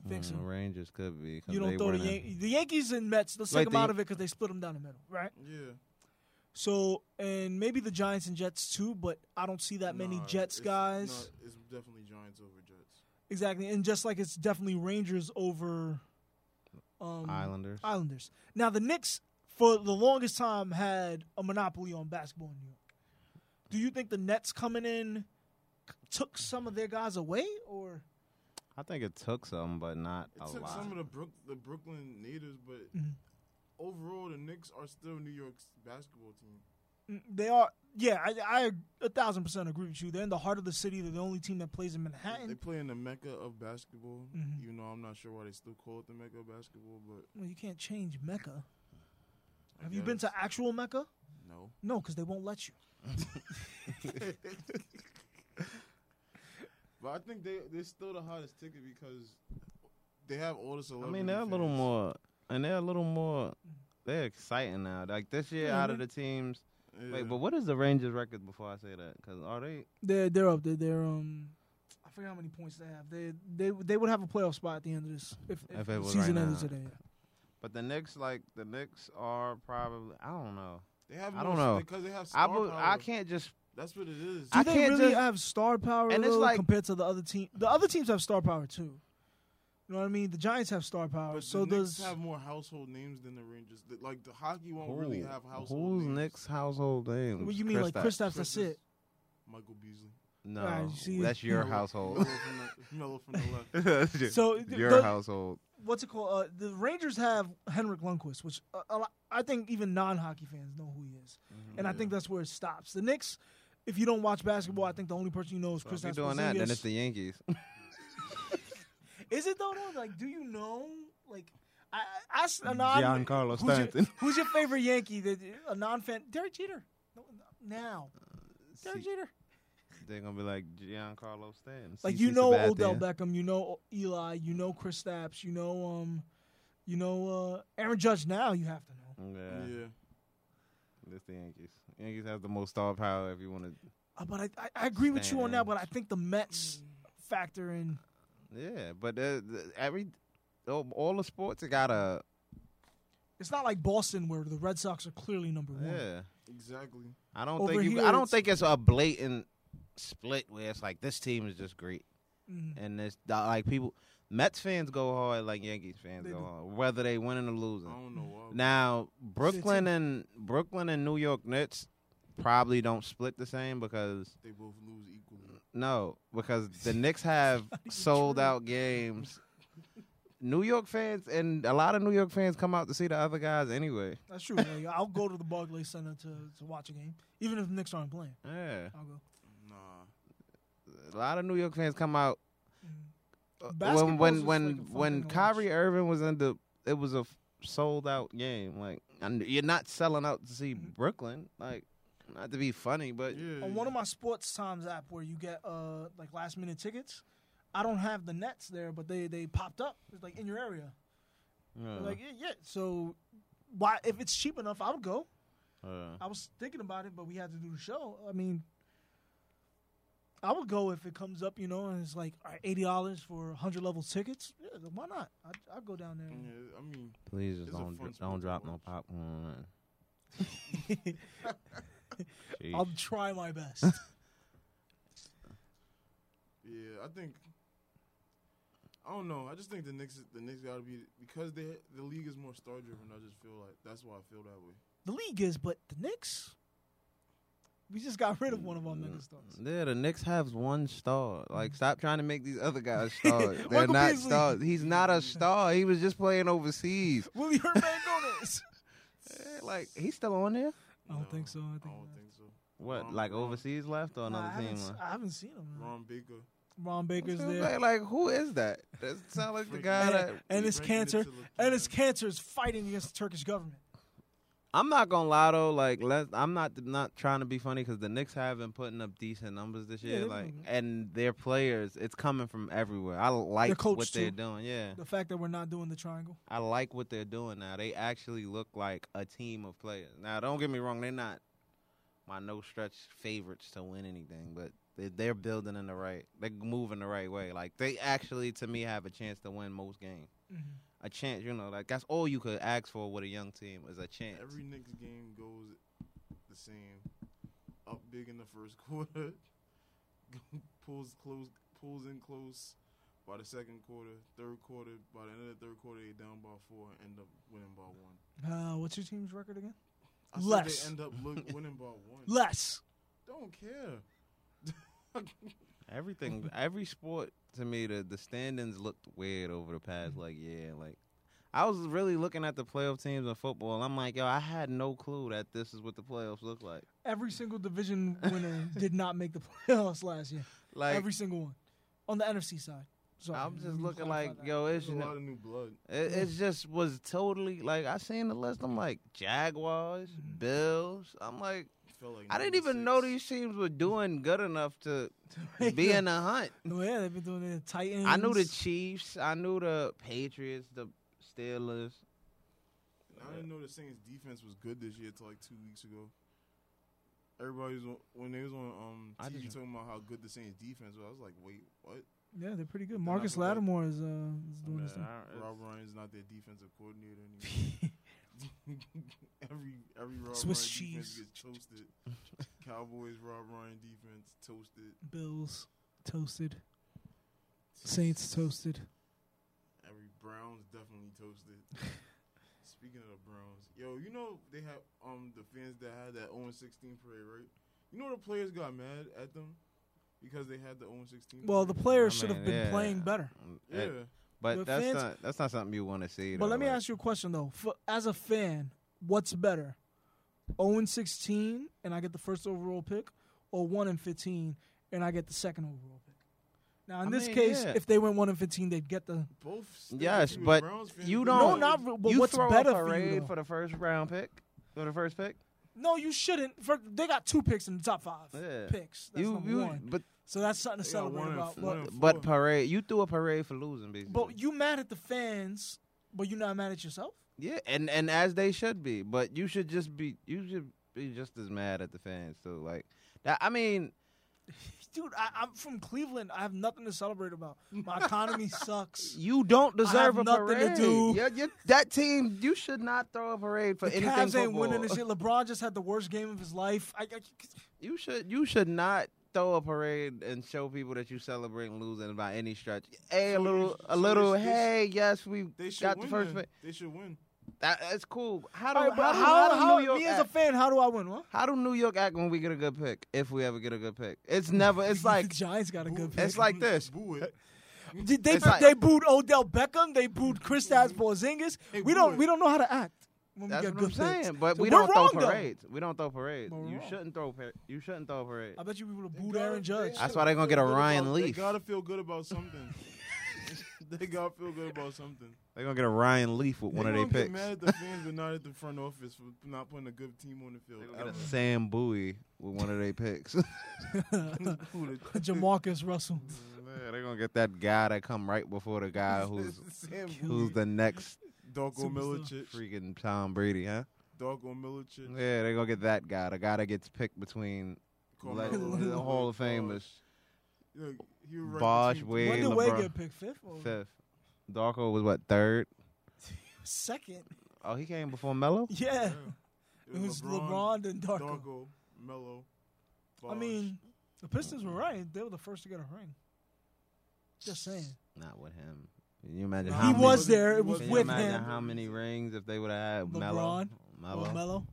[SPEAKER 2] Think so.
[SPEAKER 3] Mm, Rangers could be. 'cause
[SPEAKER 2] You don't
[SPEAKER 3] they
[SPEAKER 2] throw the
[SPEAKER 3] winning.
[SPEAKER 2] Yan- the Yankees and Mets. Let's take
[SPEAKER 3] Like
[SPEAKER 2] them
[SPEAKER 3] the-
[SPEAKER 2] out of it because they split them down the middle, right?
[SPEAKER 1] Yeah.
[SPEAKER 2] So and maybe the Giants and Jets too, but I don't see that many
[SPEAKER 1] Nah,
[SPEAKER 2] Jets
[SPEAKER 1] it's-
[SPEAKER 2] guys
[SPEAKER 1] nah, it's definitely Giants over Jets.
[SPEAKER 2] exactly. And just like it's definitely Rangers over um,
[SPEAKER 3] Islanders.
[SPEAKER 2] Islanders. Now the Knicks for the longest time had a monopoly on basketball in New York. Do you think the Nets coming in took some of their guys away, or
[SPEAKER 3] I think it took some, but not
[SPEAKER 1] It
[SPEAKER 3] a
[SPEAKER 1] took
[SPEAKER 3] lot.
[SPEAKER 1] some of the Brook, the Brooklyn natives, but
[SPEAKER 2] Mhm.
[SPEAKER 1] overall, the Knicks are still New York's basketball team.
[SPEAKER 2] Mm, they are? Yeah, I, I a thousand percent agree with you. They're in the heart of the city. They're the only team that plays in
[SPEAKER 1] They
[SPEAKER 2] Manhattan.
[SPEAKER 1] play in the mecca of basketball.
[SPEAKER 2] Mhm.
[SPEAKER 1] Even though I'm not sure why they still call it the mecca of basketball, but
[SPEAKER 2] Well, you can't change Mecca.
[SPEAKER 1] I
[SPEAKER 2] Have you been
[SPEAKER 1] guess-
[SPEAKER 2] to actual Mecca?
[SPEAKER 3] (laughs)
[SPEAKER 1] No. (laughs)
[SPEAKER 2] No, because they won't let you.
[SPEAKER 1] but But I think they they're still the hottest ticket because they have all the
[SPEAKER 3] I
[SPEAKER 1] celebrities.
[SPEAKER 3] mean, they're a little more, and they're a little more. They're exciting now. Like this year,
[SPEAKER 2] Yeah,
[SPEAKER 3] out of
[SPEAKER 2] man.
[SPEAKER 3] the teams. Wait, but what is the Rangers record before I say that? Because are they?
[SPEAKER 2] They're they're up there. They're um, I forget how many points they have. They they they would have a playoff spot at the end of this if, if,
[SPEAKER 3] If it
[SPEAKER 2] the
[SPEAKER 3] was
[SPEAKER 2] season
[SPEAKER 3] right
[SPEAKER 2] ended
[SPEAKER 3] now.
[SPEAKER 2] today. yeah.
[SPEAKER 3] But the Knicks, like the Knicks, are probably. I don't know.
[SPEAKER 1] They have
[SPEAKER 3] I don't
[SPEAKER 1] more-
[SPEAKER 3] know.
[SPEAKER 1] because they have. Star
[SPEAKER 3] I bel- I
[SPEAKER 1] power.
[SPEAKER 3] can't just.
[SPEAKER 1] That's what it is.
[SPEAKER 2] Do
[SPEAKER 3] I
[SPEAKER 2] they
[SPEAKER 3] can't
[SPEAKER 2] really
[SPEAKER 3] just-
[SPEAKER 2] have star power
[SPEAKER 3] And it's
[SPEAKER 2] though,
[SPEAKER 3] like-
[SPEAKER 2] compared to the other team? The other teams have star power too. You know what I mean? The Giants have star power.
[SPEAKER 1] But
[SPEAKER 2] so
[SPEAKER 1] the Knicks
[SPEAKER 2] does
[SPEAKER 1] have more household names than the Rangers. The- Like the hockey won't
[SPEAKER 3] Who,
[SPEAKER 1] really have household
[SPEAKER 3] who's
[SPEAKER 1] names.
[SPEAKER 3] Knicks household names?
[SPEAKER 2] what you mean like
[SPEAKER 3] Kristaps?
[SPEAKER 2] Kristaps? That's
[SPEAKER 1] Chris's-
[SPEAKER 2] it.
[SPEAKER 1] Michael Beasley.
[SPEAKER 3] No,
[SPEAKER 2] Alright, you see-
[SPEAKER 3] that's your
[SPEAKER 1] Mellow-
[SPEAKER 2] (laughs)
[SPEAKER 3] household. (laughs)
[SPEAKER 1] Mellow from the, mellow from the left.
[SPEAKER 3] That's your-
[SPEAKER 2] So,
[SPEAKER 3] your
[SPEAKER 2] the-
[SPEAKER 3] household.
[SPEAKER 2] What's it called? Uh, the Rangers have Henrik Lundqvist, which uh, a lot, I think even non-hockey fans know who he is,
[SPEAKER 3] Mm,
[SPEAKER 2] and I
[SPEAKER 1] Yeah.
[SPEAKER 2] think that's where it stops. The Knicks, if you don't watch basketball, I think the only person you know is
[SPEAKER 3] So if
[SPEAKER 2] Kristaps
[SPEAKER 3] you're doing that, then
[SPEAKER 2] Porzingis.
[SPEAKER 3] it's the Yankees.
[SPEAKER 2] Is it though? though? Like, do you know? Like, I, I, I s- (laughs) no, I'm-
[SPEAKER 3] Giancarlo
[SPEAKER 2] who's your- (laughs)
[SPEAKER 3] Stanton.
[SPEAKER 2] Who's your favorite Yankee? That a non-fan? Derek Jeter. No, now, Derek
[SPEAKER 3] See,
[SPEAKER 2] Jeter.
[SPEAKER 3] (laughs) they're gonna be like Giancarlo Stanton.
[SPEAKER 2] Like
[SPEAKER 3] CC
[SPEAKER 2] you know
[SPEAKER 3] Sabathia.
[SPEAKER 2] Odell Beckham, you know Eli, you know Chris Stapps, you know um, you know uh, Aaron Judge. Now you have to know.
[SPEAKER 3] Yeah,
[SPEAKER 1] Yeah.
[SPEAKER 3] It's the Yankees. Yankees have the most star power. If you want to,
[SPEAKER 2] Uh, but I, I, I agree with you on that. But I think the Mets factor in.
[SPEAKER 3] yeah. But the, the, every all, all the sports, it got a
[SPEAKER 2] It's not like Boston where the Red Sox are clearly number one.
[SPEAKER 3] yeah.
[SPEAKER 1] Exactly.
[SPEAKER 3] I don't
[SPEAKER 2] Over
[SPEAKER 3] think you.
[SPEAKER 2] here,
[SPEAKER 3] I don't
[SPEAKER 2] it's-
[SPEAKER 3] think it's a blatant split where it's like this team is just great
[SPEAKER 2] Mhm.
[SPEAKER 3] and this like people. Mets fans go hard, like Yankees fans
[SPEAKER 2] They
[SPEAKER 3] go
[SPEAKER 2] do.
[SPEAKER 3] hard, whether they winning or
[SPEAKER 1] I
[SPEAKER 3] losing.
[SPEAKER 1] don't know why.
[SPEAKER 3] Now Brooklyn
[SPEAKER 2] City.
[SPEAKER 3] and Brooklyn and New York Knicks probably don't split the same because
[SPEAKER 1] they both lose equally.
[SPEAKER 3] no, because the Knicks have
[SPEAKER 2] (laughs) even
[SPEAKER 3] sold
[SPEAKER 2] true.
[SPEAKER 3] out games. New York fans and a lot of New York fans come out to see the other guys anyway.
[SPEAKER 2] That's true. Like, I'll go to the Barclays Center to, to watch a game, even if the Knicks aren't playing.
[SPEAKER 3] Yeah,
[SPEAKER 2] I'll go.
[SPEAKER 1] Nah.
[SPEAKER 3] a lot of New York fans come out
[SPEAKER 2] Mm.
[SPEAKER 3] uh, when
[SPEAKER 2] Basketball's
[SPEAKER 3] when
[SPEAKER 2] just,
[SPEAKER 3] when
[SPEAKER 2] like, a fun
[SPEAKER 3] when
[SPEAKER 2] thing to
[SPEAKER 3] Kyrie
[SPEAKER 2] watch.
[SPEAKER 3] Irving was in the it was a f- sold out game. Like and you're not selling out to see
[SPEAKER 2] Mhm.
[SPEAKER 3] Brooklyn. Like not to be funny, but
[SPEAKER 1] Yeah.
[SPEAKER 2] On one of my sports times app where you get uh like last minute tickets, I don't have the nets there, but they they popped up. It's like in your area.
[SPEAKER 3] Yeah,
[SPEAKER 2] Like yeah, yeah. So why if it's cheap enough, I would go.
[SPEAKER 3] yeah.
[SPEAKER 2] I was thinking about it, but we had to do the show. I mean, I would go if it comes up, you know, and it's like all right, eighty dollars for hundred level tickets. Yeah, then why not? I I go down there.
[SPEAKER 1] Yeah, I mean,
[SPEAKER 3] please just
[SPEAKER 1] It's a fun
[SPEAKER 3] don't dr-
[SPEAKER 1] sport
[SPEAKER 3] don't
[SPEAKER 1] to
[SPEAKER 3] drop no
[SPEAKER 1] watch.
[SPEAKER 3] popcorn.
[SPEAKER 2] (laughs)
[SPEAKER 3] Jeez.
[SPEAKER 2] I'll try my best.
[SPEAKER 1] yeah, I think. I don't know. I just think the Knicks, the Knicks got to be because they the league is more star driven. I just feel like that's why I feel that way.
[SPEAKER 2] the league is, but the Knicks. We just got rid of one of our megastars.
[SPEAKER 3] Yeah, the Knicks have one star. Like, stop trying to make these other
[SPEAKER 2] (laughs)
[SPEAKER 3] guys stars. They're
[SPEAKER 2] Michael
[SPEAKER 3] not
[SPEAKER 2] Beasley.
[SPEAKER 3] stars. He's not a star. He was just playing
[SPEAKER 2] (laughs)
[SPEAKER 3] overseas.
[SPEAKER 2] Willie Hernandez. Gomez.
[SPEAKER 3] Eh, Like, he's still on there.
[SPEAKER 2] I don't think so. I think
[SPEAKER 1] don't
[SPEAKER 2] not.
[SPEAKER 1] think so.
[SPEAKER 3] What?
[SPEAKER 1] Ron-
[SPEAKER 3] Like
[SPEAKER 1] Ron-
[SPEAKER 3] overseas left or
[SPEAKER 2] Oh, Nah,
[SPEAKER 3] another
[SPEAKER 2] I, haven't,
[SPEAKER 3] team?
[SPEAKER 2] s-
[SPEAKER 3] left?
[SPEAKER 2] I haven't seen him. man.
[SPEAKER 1] Ron Baker.
[SPEAKER 2] Ron Baker's
[SPEAKER 3] Like,
[SPEAKER 2] there,
[SPEAKER 3] Like, who is that? That sound like the
[SPEAKER 1] Freaking-
[SPEAKER 3] guy that.
[SPEAKER 2] and, and his
[SPEAKER 1] Frank
[SPEAKER 2] cancer,
[SPEAKER 1] Ntilikina.
[SPEAKER 2] and his cancer is fighting against the Turkish government.
[SPEAKER 3] I'm not gonna lie though. Like, let I'm not not trying to be funny because the Knicks have been putting up decent numbers this
[SPEAKER 2] Yeah,
[SPEAKER 3] year.
[SPEAKER 2] they've been good.
[SPEAKER 3] like, and their players, it's coming from everywhere. I like what
[SPEAKER 2] coach,
[SPEAKER 3] they're
[SPEAKER 2] too.
[SPEAKER 3] doing. Yeah,
[SPEAKER 2] The fact that we're not doing the triangle.
[SPEAKER 3] I like what they're doing now. They actually look like a team of players. Now, don't get me wrong, they're not my no stretch favorites to win anything, but they- they're building in the right. They're moving the right way. Like they actually, to me, have a chance to win most games. A chance, you know, like that's all you could ask for with a young team is a chance.
[SPEAKER 1] Every Knicks game goes the same. Up big in the first (laughs) quarter, pulls close, pulls in close by the second quarter, third quarter. By the end of the third quarter, they down by four and end up winning by one.
[SPEAKER 2] Uh, what's your team's record again?
[SPEAKER 1] I said
[SPEAKER 2] Less.
[SPEAKER 1] they end up
[SPEAKER 2] (laughs)
[SPEAKER 1] look, winning by one.
[SPEAKER 2] Less.
[SPEAKER 1] Don't care.
[SPEAKER 3] (laughs)
[SPEAKER 1] (laughs)
[SPEAKER 3] Everything, every sport to me, the the standings looked weird over the past like yeah, like I was really looking at the playoff teams in football. I'm like, yo, I had no clue that this is what the playoffs look like.
[SPEAKER 2] Every single division
[SPEAKER 3] (laughs)
[SPEAKER 2] winner did not make the playoffs last year.
[SPEAKER 3] Like
[SPEAKER 2] Every single one on the NFC side. Sorry, Mm-hmm. let
[SPEAKER 3] I'm just
[SPEAKER 2] me
[SPEAKER 3] looking
[SPEAKER 2] clarify
[SPEAKER 3] like,
[SPEAKER 2] that.
[SPEAKER 3] yo, it's
[SPEAKER 1] There's a
[SPEAKER 3] you
[SPEAKER 1] lot
[SPEAKER 3] know,
[SPEAKER 1] of new blood.
[SPEAKER 3] it,
[SPEAKER 2] Yeah.
[SPEAKER 3] it just
[SPEAKER 1] Mm-hmm.
[SPEAKER 3] was totally like I seen the list. I'm like Jaguars,
[SPEAKER 2] Mhm.
[SPEAKER 3] Bills. I'm like
[SPEAKER 1] felt like
[SPEAKER 3] I didn't even know
[SPEAKER 1] 96.
[SPEAKER 3] these teams were doing good enough
[SPEAKER 1] (laughs)
[SPEAKER 3] to be in the hunt.
[SPEAKER 2] No, (laughs) yeah, they've been doing the Titans.
[SPEAKER 3] I knew the Chiefs, I knew the Patriots, the Steelers.
[SPEAKER 1] I didn't know the Saints defense was good this year till like two weeks ago. Everybody was on, when they was on um
[SPEAKER 3] I
[SPEAKER 1] TV
[SPEAKER 3] just-
[SPEAKER 1] talking about how good the Saints defense was. I was like, wait, what?
[SPEAKER 2] Yeah, they're pretty good.
[SPEAKER 1] not
[SPEAKER 2] Marcus
[SPEAKER 1] for that.
[SPEAKER 2] Lattimore is, uh, is doing
[SPEAKER 1] Mm-hmm.
[SPEAKER 2] his thing.
[SPEAKER 1] Rob Ryan's not their defensive coordinator
[SPEAKER 2] (laughs)
[SPEAKER 1] anymore. (laughs)
[SPEAKER 3] (laughs)
[SPEAKER 1] every every Rob
[SPEAKER 2] Swiss
[SPEAKER 1] Ryan
[SPEAKER 2] cheese.
[SPEAKER 1] defense gets
[SPEAKER 2] (laughs)
[SPEAKER 1] toasted. Cowboys Rob Ryan defense toasted.
[SPEAKER 2] Bills toasted. Saints toasted.
[SPEAKER 1] Every Browns definitely
[SPEAKER 3] (laughs)
[SPEAKER 1] toasted. Speaking of the Browns, yo, you know they have um the fans that had that 0 16 parade, right? You know the players got mad at them because they had the 0 16.
[SPEAKER 2] Well, the
[SPEAKER 3] I
[SPEAKER 2] players should have
[SPEAKER 3] mean,
[SPEAKER 2] been
[SPEAKER 3] yeah.
[SPEAKER 2] playing better.
[SPEAKER 3] Um,
[SPEAKER 1] yeah,
[SPEAKER 3] eh, But
[SPEAKER 2] But
[SPEAKER 3] that's
[SPEAKER 2] fans-
[SPEAKER 3] not that's not something you want to see.
[SPEAKER 2] But
[SPEAKER 3] though,
[SPEAKER 2] let me
[SPEAKER 3] like-
[SPEAKER 2] ask you a question though. For, as a fan, what's better, zero and sixteen, and I get the first overall pick, or one and fifteen, and I get the second overall pick? Now, in
[SPEAKER 3] I
[SPEAKER 2] this
[SPEAKER 3] mean,
[SPEAKER 2] case,
[SPEAKER 3] yeah.
[SPEAKER 2] if they went one and fifteen, they'd get the
[SPEAKER 1] both. still,
[SPEAKER 3] Yes,
[SPEAKER 1] if you a
[SPEAKER 3] but
[SPEAKER 1] Browns fan,
[SPEAKER 3] you
[SPEAKER 1] you
[SPEAKER 3] don't-
[SPEAKER 2] no,
[SPEAKER 1] know-
[SPEAKER 2] not re- but
[SPEAKER 3] you
[SPEAKER 2] what's
[SPEAKER 3] throw
[SPEAKER 2] better
[SPEAKER 3] a
[SPEAKER 2] for you?
[SPEAKER 3] parade
[SPEAKER 2] though?
[SPEAKER 3] for the first round pick, for the first pick.
[SPEAKER 2] no, you shouldn't. For, they got two picks in the top five
[SPEAKER 3] Yeah.
[SPEAKER 2] picks. That's
[SPEAKER 3] you
[SPEAKER 2] number
[SPEAKER 3] you
[SPEAKER 2] one.
[SPEAKER 3] but
[SPEAKER 2] So that's something to
[SPEAKER 1] They got one
[SPEAKER 2] celebrate
[SPEAKER 1] and
[SPEAKER 2] about.
[SPEAKER 1] four.
[SPEAKER 2] But,
[SPEAKER 1] One and
[SPEAKER 3] but
[SPEAKER 1] four.
[SPEAKER 3] parade you threw a parade for losing basically.
[SPEAKER 2] but you mad at the fans, but you not mad at yourself.
[SPEAKER 3] (laughs) yeah, and and as they should be, but you should just be you should be just as mad at the fans too. Like that, I mean,
[SPEAKER 2] Dude, I, I'm from Cleveland. I have nothing to celebrate about. My
[SPEAKER 3] (laughs)
[SPEAKER 2] economy sucks.
[SPEAKER 3] you don't deserve a
[SPEAKER 2] nothing to
[SPEAKER 3] parade.
[SPEAKER 2] do.
[SPEAKER 3] Yeah, yeah, that team you should not throw a parade for
[SPEAKER 2] The
[SPEAKER 3] anything
[SPEAKER 2] Cavs ain't
[SPEAKER 3] football.
[SPEAKER 2] winning
[SPEAKER 3] (laughs)
[SPEAKER 2] this shit. LeBron just had the worst game of his life. I, I-
[SPEAKER 3] You should you should not throw a parade and show people that you celebrating losing by any stretch. Hey, a
[SPEAKER 1] So
[SPEAKER 3] little,
[SPEAKER 1] they-
[SPEAKER 3] a
[SPEAKER 1] so
[SPEAKER 3] little.
[SPEAKER 1] they- they-
[SPEAKER 3] hey, yes, we
[SPEAKER 1] They should
[SPEAKER 3] got
[SPEAKER 1] win.
[SPEAKER 3] the first.
[SPEAKER 1] then.
[SPEAKER 3] pick.
[SPEAKER 1] They should win.
[SPEAKER 3] That, that's cool. How do
[SPEAKER 2] All right,
[SPEAKER 3] how,
[SPEAKER 2] but
[SPEAKER 3] do-
[SPEAKER 2] how,
[SPEAKER 3] do
[SPEAKER 2] how-
[SPEAKER 3] New York
[SPEAKER 2] me as a
[SPEAKER 3] act?
[SPEAKER 2] fan, how do I win? What?
[SPEAKER 3] How do New York act when we get a good pick? If we ever get a good pick, it's never.
[SPEAKER 2] (laughs)
[SPEAKER 3] It's like
[SPEAKER 2] the Giants got a good
[SPEAKER 1] Boo-
[SPEAKER 2] pick.
[SPEAKER 3] It's like this. (laughs)
[SPEAKER 1] Boo it.
[SPEAKER 2] Did they
[SPEAKER 3] it's like-
[SPEAKER 2] they booed Odell Beckham. They booed Kristaps Porzingis.
[SPEAKER 1] Hey,
[SPEAKER 2] we don't
[SPEAKER 1] boo it.
[SPEAKER 2] we don't know how to act. When
[SPEAKER 3] that's
[SPEAKER 2] we get
[SPEAKER 3] what I'm
[SPEAKER 2] good picks.
[SPEAKER 3] saying. But
[SPEAKER 2] So
[SPEAKER 3] we
[SPEAKER 2] we're
[SPEAKER 3] don't
[SPEAKER 2] wrong,
[SPEAKER 3] throw
[SPEAKER 2] though.
[SPEAKER 3] parades. We don't throw parades.
[SPEAKER 2] But we're
[SPEAKER 3] You
[SPEAKER 2] wrong.
[SPEAKER 3] shouldn't throw. par- You shouldn't throw parades.
[SPEAKER 2] I bet you we would have
[SPEAKER 1] They
[SPEAKER 2] booed
[SPEAKER 1] gotta-
[SPEAKER 2] Aaron
[SPEAKER 1] they
[SPEAKER 2] Judge.
[SPEAKER 3] That's
[SPEAKER 1] gotta
[SPEAKER 3] why they gonna
[SPEAKER 1] feel
[SPEAKER 3] get a
[SPEAKER 1] good
[SPEAKER 3] Ryan
[SPEAKER 1] about-
[SPEAKER 3] Leaf.
[SPEAKER 1] They gotta feel good about
[SPEAKER 3] (laughs)
[SPEAKER 1] something. (laughs) they gotta feel good about something.
[SPEAKER 3] They're gonna get a Ryan Leaf with one of
[SPEAKER 1] they
[SPEAKER 3] their
[SPEAKER 1] gonna get
[SPEAKER 3] picks.
[SPEAKER 1] Mad at the fans, but not at the front office for not putting a good team on the field.
[SPEAKER 3] They're gonna
[SPEAKER 1] ever.
[SPEAKER 3] get a Sam Bowie with one of their picks. (laughs)
[SPEAKER 1] Who the-
[SPEAKER 2] Jamarcus Russell.
[SPEAKER 3] They're gonna get that guy that come right before
[SPEAKER 1] (laughs)
[SPEAKER 3] the guy who's
[SPEAKER 1] Sam
[SPEAKER 3] who's the next
[SPEAKER 1] Darko
[SPEAKER 2] Superstar.
[SPEAKER 1] Milicic?
[SPEAKER 3] freaking Tom Brady, huh?
[SPEAKER 1] Darko Milicic.
[SPEAKER 3] Yeah, they're gonna get that guy, the guy that gets picked between
[SPEAKER 1] Carmelo
[SPEAKER 2] the
[SPEAKER 1] Anthony,
[SPEAKER 3] Hall of Famers.
[SPEAKER 1] Bosh. Look, he was right
[SPEAKER 3] Bosh,
[SPEAKER 1] between
[SPEAKER 3] Wade,
[SPEAKER 2] When
[SPEAKER 1] two-
[SPEAKER 2] did Wade
[SPEAKER 3] LeBron.
[SPEAKER 2] get picked? Fifth or
[SPEAKER 3] fifth. Darko was what third?
[SPEAKER 2] second? (laughs)
[SPEAKER 3] Oh, he came before Mello.
[SPEAKER 2] Yeah.
[SPEAKER 1] Yeah.
[SPEAKER 2] It was LeBron, then Darko.
[SPEAKER 1] Darko, Melo.
[SPEAKER 2] I
[SPEAKER 1] Bosh.
[SPEAKER 2] mean, the Pistons were right. They were the first to get a ring. Just saying.
[SPEAKER 3] Not with him. Can you imagine
[SPEAKER 1] He
[SPEAKER 3] how
[SPEAKER 2] he
[SPEAKER 3] many,
[SPEAKER 2] was there.
[SPEAKER 1] he
[SPEAKER 2] It was
[SPEAKER 1] wasn't-
[SPEAKER 3] Can you
[SPEAKER 2] with
[SPEAKER 3] imagine
[SPEAKER 2] him.
[SPEAKER 3] how many rings if they would have had Mello?
[SPEAKER 2] LeBron
[SPEAKER 3] Mello.
[SPEAKER 2] Or Melo.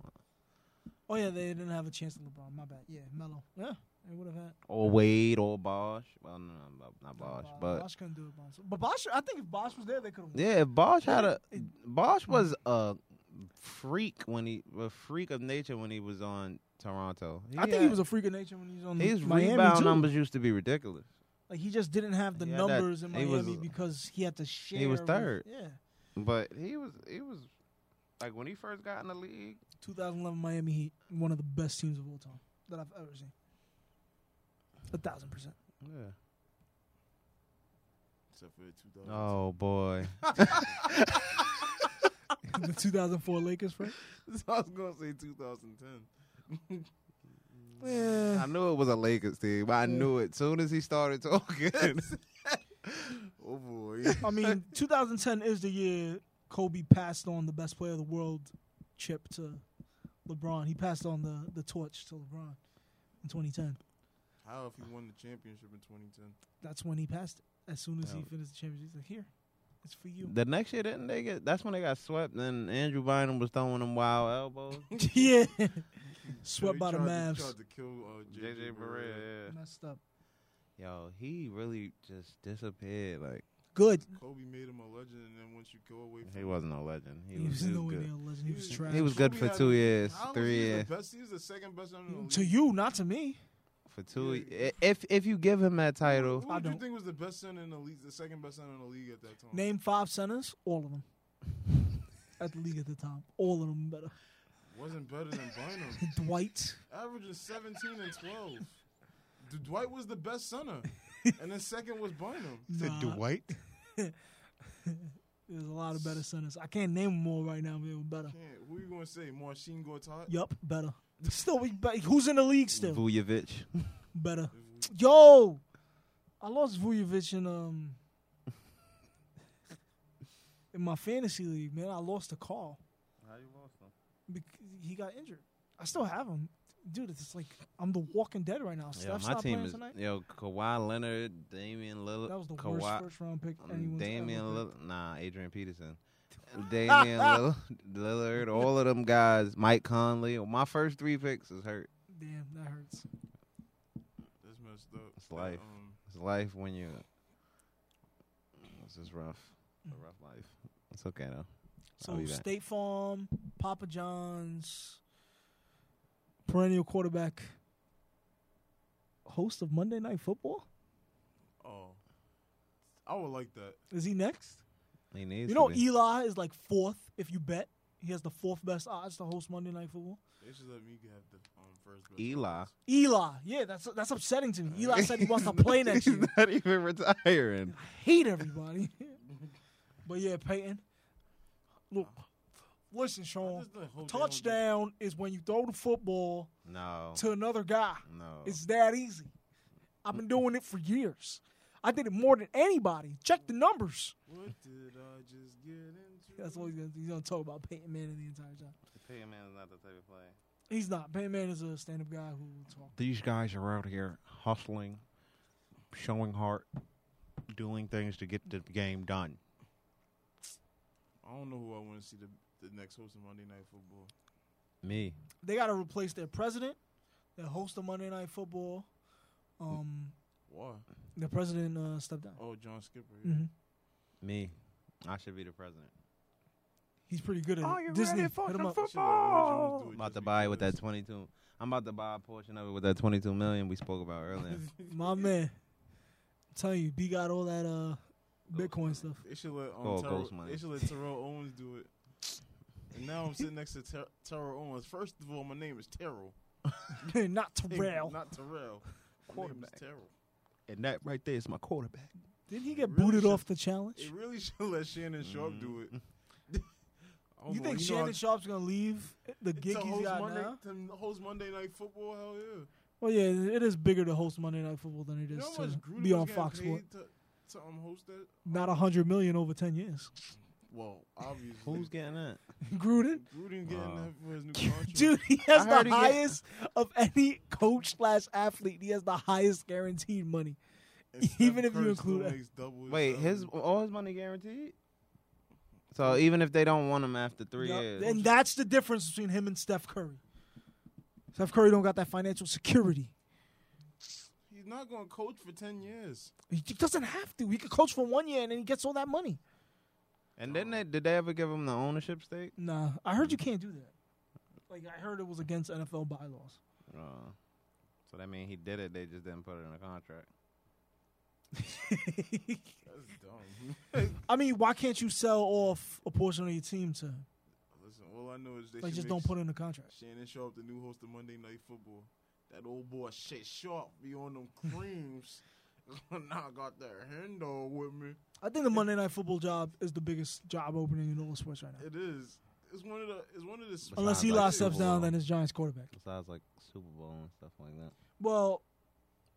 [SPEAKER 2] Oh yeah, they didn't have a chance to LeBron. My bad. Yeah, Melo. Yeah, they would have had.
[SPEAKER 3] Or Wade or Bosch. Well, no, no, not Bosch,
[SPEAKER 2] Bosh-
[SPEAKER 3] but
[SPEAKER 2] Bosh couldn't do it. by himself. But Bosh, I think if Bosh was there, they could have.
[SPEAKER 3] yeah, if Bosch had a Bosch
[SPEAKER 2] hmm.
[SPEAKER 3] was a freak when he a freak of nature when he was on Toronto.
[SPEAKER 2] I think he
[SPEAKER 3] had-
[SPEAKER 2] was a freak of nature when he was on
[SPEAKER 3] his
[SPEAKER 2] Miami
[SPEAKER 3] rebound
[SPEAKER 2] too.
[SPEAKER 3] numbers used to be ridiculous.
[SPEAKER 2] Like he just didn't have the
[SPEAKER 3] He had that-
[SPEAKER 2] numbers in
[SPEAKER 3] he
[SPEAKER 2] Miami
[SPEAKER 3] was-
[SPEAKER 2] because he had to share.
[SPEAKER 3] was
[SPEAKER 2] with-
[SPEAKER 3] third.
[SPEAKER 2] yeah,
[SPEAKER 3] But he was he was like when he first got in the league.
[SPEAKER 2] 2011 Miami Heat, one of the best teams of all time that I've ever seen. A thousand percent. (laughs)
[SPEAKER 3] Yeah.
[SPEAKER 1] Except for the 2000. (laughs)
[SPEAKER 3] Oh
[SPEAKER 2] (laughs)
[SPEAKER 3] boy.
[SPEAKER 2] the 2004 Lakers, right?
[SPEAKER 1] I was gonna say 2010.
[SPEAKER 2] Yeah.
[SPEAKER 3] I knew it was a Lakers team. I knew it. Soon as he started (laughs) talking.
[SPEAKER 1] Oh boy. (laughs)
[SPEAKER 2] I mean, 2010 is the year Kobe passed on the best player of the world chip to LeBron. He passed on the, the torch to LeBron in 2010.
[SPEAKER 1] How if he won the championship in 2010?
[SPEAKER 2] That's when he passed it. As soon as he
[SPEAKER 3] Yeah.
[SPEAKER 2] finished the championship, he's like, here, it's for you.
[SPEAKER 3] the next year didn't they get that's when they got swept and Andrew Bynum was throwing them wild elbows.
[SPEAKER 2] (laughs) yeah.
[SPEAKER 1] Yo,
[SPEAKER 2] Swept
[SPEAKER 1] he
[SPEAKER 2] by the
[SPEAKER 1] tried to-
[SPEAKER 2] Mavs.
[SPEAKER 1] Tried to kill uh, JJ Barrett.
[SPEAKER 2] Messed up.
[SPEAKER 3] Yo, he really just disappeared. Like
[SPEAKER 2] Good.
[SPEAKER 1] Kobe made him a legend, and then once you go away from
[SPEAKER 3] he wasn't a legend. He,
[SPEAKER 2] He was
[SPEAKER 3] was, he was
[SPEAKER 2] nowhere near
[SPEAKER 3] good.
[SPEAKER 2] a legend. He was trash.
[SPEAKER 3] He was good
[SPEAKER 1] Kobe
[SPEAKER 3] for
[SPEAKER 1] had
[SPEAKER 3] two years,
[SPEAKER 1] How was
[SPEAKER 3] three
[SPEAKER 1] he
[SPEAKER 3] years.
[SPEAKER 1] The best, he was the second best runner in the
[SPEAKER 2] to
[SPEAKER 1] league.
[SPEAKER 2] Mm, you, not to me.
[SPEAKER 3] For two,
[SPEAKER 1] Yeah.
[SPEAKER 3] i- if if you give him that
[SPEAKER 1] Who
[SPEAKER 3] title,
[SPEAKER 2] I
[SPEAKER 1] would you
[SPEAKER 2] don't.
[SPEAKER 1] think was the best center in the league? The second best center in the league at that time.
[SPEAKER 2] Name five centers, all of them. At the league at the time, all of them better.
[SPEAKER 1] wasn't better than Bynum.
[SPEAKER 2] (laughs) Dwight.
[SPEAKER 1] averaging 17 and 12. D- Dwight was the best center,
[SPEAKER 2] (laughs)
[SPEAKER 1] and then second was Bynum.
[SPEAKER 4] Said
[SPEAKER 2] Nah,
[SPEAKER 4] Dwight.
[SPEAKER 2] (laughs) There's a lot of better centers. I can't name them all right now. but they were better.
[SPEAKER 1] Can't, who you gonna say? Marcin Gortat?
[SPEAKER 2] Yup, better. Still, we be- who's in the league still?
[SPEAKER 3] Vujovic.
[SPEAKER 2] better. Yo, I lost Vujovic in um (laughs) in my fantasy league, man. I lost a call.
[SPEAKER 3] How you lost him?
[SPEAKER 2] because he got injured. I still have him, dude. It's like I'm the Walking Dead right now.
[SPEAKER 3] Yeah,
[SPEAKER 2] Steph's
[SPEAKER 3] my
[SPEAKER 2] not
[SPEAKER 3] team
[SPEAKER 2] playing
[SPEAKER 3] is
[SPEAKER 2] tonight.
[SPEAKER 3] yo Kawhi Leonard, Damian Lillard,
[SPEAKER 2] That was the worst
[SPEAKER 3] Kawhi,
[SPEAKER 2] first round pick
[SPEAKER 3] um,
[SPEAKER 2] anyone's
[SPEAKER 3] Damian
[SPEAKER 2] ever. picked.
[SPEAKER 3] Lillard, nah, Adrian Peterson, (laughs)
[SPEAKER 2] (laughs)
[SPEAKER 3] Damian Lillard, Lillard, all of them guys. Mike Conley. My first three picks is hurt.
[SPEAKER 2] Damn, that hurts.
[SPEAKER 1] That's messed up.
[SPEAKER 3] It's life.
[SPEAKER 1] Um,
[SPEAKER 3] It's life when you. This is rough. A rough life. It's okay though. I'll
[SPEAKER 2] Mm. So
[SPEAKER 3] be back.
[SPEAKER 2] State Farm, Papa John's, perennial quarterback, host of Monday Night Football.
[SPEAKER 1] oh, I would like that.
[SPEAKER 2] Is he next?
[SPEAKER 3] He needs.
[SPEAKER 2] you know,
[SPEAKER 3] to be.
[SPEAKER 2] Eli is like fourth if you bet. He has the fourth best odds to host Monday Night Football.
[SPEAKER 1] They should let me have the um, first. Best
[SPEAKER 3] Eli.
[SPEAKER 2] Eli, yeah, that's that's upsetting to me. Eli
[SPEAKER 3] (laughs)
[SPEAKER 2] said he wants to play next
[SPEAKER 3] He's
[SPEAKER 2] year.
[SPEAKER 3] not
[SPEAKER 2] (laughs)
[SPEAKER 3] even retiring.
[SPEAKER 2] hate
[SPEAKER 3] (laughs)
[SPEAKER 2] everybody. but yeah, Peyton. Look, listen,
[SPEAKER 1] I
[SPEAKER 2] Sean.
[SPEAKER 1] just think whole- they don't do-
[SPEAKER 2] Oh, Touchdown is when you throw the football
[SPEAKER 3] No.
[SPEAKER 2] to another guy.
[SPEAKER 3] No.
[SPEAKER 2] It's that easy. I've been doing it for years. I did it more than anybody. Check the numbers.
[SPEAKER 1] What did I just get into?
[SPEAKER 2] That's what he's gonna, he's gonna talk about Peyton Manning the entire time.
[SPEAKER 3] Peyton Manning's not the type of player.
[SPEAKER 2] He's not. Peyton Manning is a stand-up guy who will talk.
[SPEAKER 4] These guys are out here hustling, showing heart, doing things to get the game done.
[SPEAKER 1] I don't know who I want to see the the next host of Monday Night Football.
[SPEAKER 3] Me.
[SPEAKER 2] They got to replace their president, their host of Monday Night Football. Um,
[SPEAKER 1] Why?
[SPEAKER 2] the president uh, stepped down.
[SPEAKER 1] Oh, John Skipper. Yeah.
[SPEAKER 2] hmm
[SPEAKER 3] Me. I should be the president.
[SPEAKER 2] He's pretty good at
[SPEAKER 4] Are
[SPEAKER 2] it.
[SPEAKER 4] you
[SPEAKER 2] Disney,
[SPEAKER 4] ready for
[SPEAKER 2] hit him
[SPEAKER 4] some
[SPEAKER 2] up.
[SPEAKER 1] They should let Roy Jones do
[SPEAKER 3] I'm
[SPEAKER 1] it
[SPEAKER 3] about
[SPEAKER 1] just
[SPEAKER 3] to buy it with that
[SPEAKER 1] because.
[SPEAKER 3] 22. I'm about to buy a portion of it with that 22 million we spoke about earlier.
[SPEAKER 2] My man, I'm telling you, B got all that uh Bitcoin stuff. (laughs)
[SPEAKER 1] They should let um,
[SPEAKER 3] Oh,
[SPEAKER 1] Terrell,
[SPEAKER 3] Ghost Money.
[SPEAKER 1] they should let Terrell Owens do it. And now I'm sitting next to Ter- Terrell Owens. First of all, my name is Terrell.
[SPEAKER 2] Not
[SPEAKER 1] Hey,
[SPEAKER 2] Terrell.
[SPEAKER 1] not Terrell. My name
[SPEAKER 4] Quarterback.
[SPEAKER 1] is Terrell.
[SPEAKER 4] And that right there is my quarterback.
[SPEAKER 2] Didn't he get
[SPEAKER 1] Really
[SPEAKER 2] booted
[SPEAKER 1] should-
[SPEAKER 2] off the challenge?
[SPEAKER 1] It really should let Shannon Sharp do it.
[SPEAKER 3] Mm.
[SPEAKER 1] (laughs) I don't
[SPEAKER 2] You
[SPEAKER 1] know,
[SPEAKER 2] think
[SPEAKER 1] Oh, know
[SPEAKER 2] Shannon Sharp's gonna leave the
[SPEAKER 1] how-
[SPEAKER 2] gig
[SPEAKER 1] to
[SPEAKER 2] he's
[SPEAKER 1] host
[SPEAKER 2] got
[SPEAKER 1] Monday,
[SPEAKER 2] now?
[SPEAKER 1] To host Monday Night Football, hell yeah.
[SPEAKER 2] Well, yeah, it is bigger to host Monday Night Football than it
[SPEAKER 1] You
[SPEAKER 2] is
[SPEAKER 1] know how much
[SPEAKER 2] to
[SPEAKER 1] Gruden
[SPEAKER 2] be
[SPEAKER 1] was
[SPEAKER 2] on
[SPEAKER 1] getting
[SPEAKER 2] Fox Sports.
[SPEAKER 1] paid to, to um, host that?
[SPEAKER 2] Not a hundred million over ten years. (laughs)
[SPEAKER 1] Well, obviously.
[SPEAKER 3] Who's getting that?
[SPEAKER 2] Gruden,
[SPEAKER 1] Gruden getting
[SPEAKER 3] Wow.
[SPEAKER 1] that for his new contract?
[SPEAKER 2] (laughs) dude, he has
[SPEAKER 3] I heard
[SPEAKER 2] the
[SPEAKER 3] he get-
[SPEAKER 2] highest of any coach slash athlete. He has the highest guaranteed money.
[SPEAKER 1] And Steph
[SPEAKER 2] (laughs) even if you
[SPEAKER 1] Curry
[SPEAKER 2] include
[SPEAKER 1] still
[SPEAKER 2] that.
[SPEAKER 1] makes double
[SPEAKER 3] Wait, his
[SPEAKER 1] salary.
[SPEAKER 3] all his money guaranteed. So even if they don't want him after three
[SPEAKER 2] Yup.
[SPEAKER 3] years,
[SPEAKER 2] And that's the difference between him and Steph Curry. Steph Curry don't got that financial security.
[SPEAKER 1] He's not going to coach for 10 years.
[SPEAKER 2] He j- doesn't have to. He could coach for one year and then he gets all that money.
[SPEAKER 3] and didn't they? Did they ever give him the ownership stake?
[SPEAKER 2] Nah, I heard you can't do that. Like I heard it was against NFL bylaws.
[SPEAKER 3] Uh, so that means he did it. They just didn't put it in a contract.
[SPEAKER 1] That's dumb.
[SPEAKER 2] (laughs) I mean, why can't you sell off a portion of your team to him?
[SPEAKER 1] Listen, all I know is they
[SPEAKER 2] Like
[SPEAKER 1] should
[SPEAKER 2] just
[SPEAKER 1] make
[SPEAKER 2] don't put it in the contract.
[SPEAKER 1] Shannon Sharp, the new host of Monday Night Football. That old boy shit sharp be on
[SPEAKER 2] (laughs)
[SPEAKER 1] them creams. (laughs) now I got that handle with me.
[SPEAKER 2] I think the Monday night football job is the biggest job opening in all sports right now.
[SPEAKER 1] It is. It's one of the. It's one of the. sp-
[SPEAKER 2] Unless
[SPEAKER 3] sounds
[SPEAKER 2] Eli
[SPEAKER 3] like
[SPEAKER 2] steps
[SPEAKER 3] Super Bowl.
[SPEAKER 2] down, then it's Giants quarterback.
[SPEAKER 3] Besides like Super Bowl and stuff like that.
[SPEAKER 2] Well,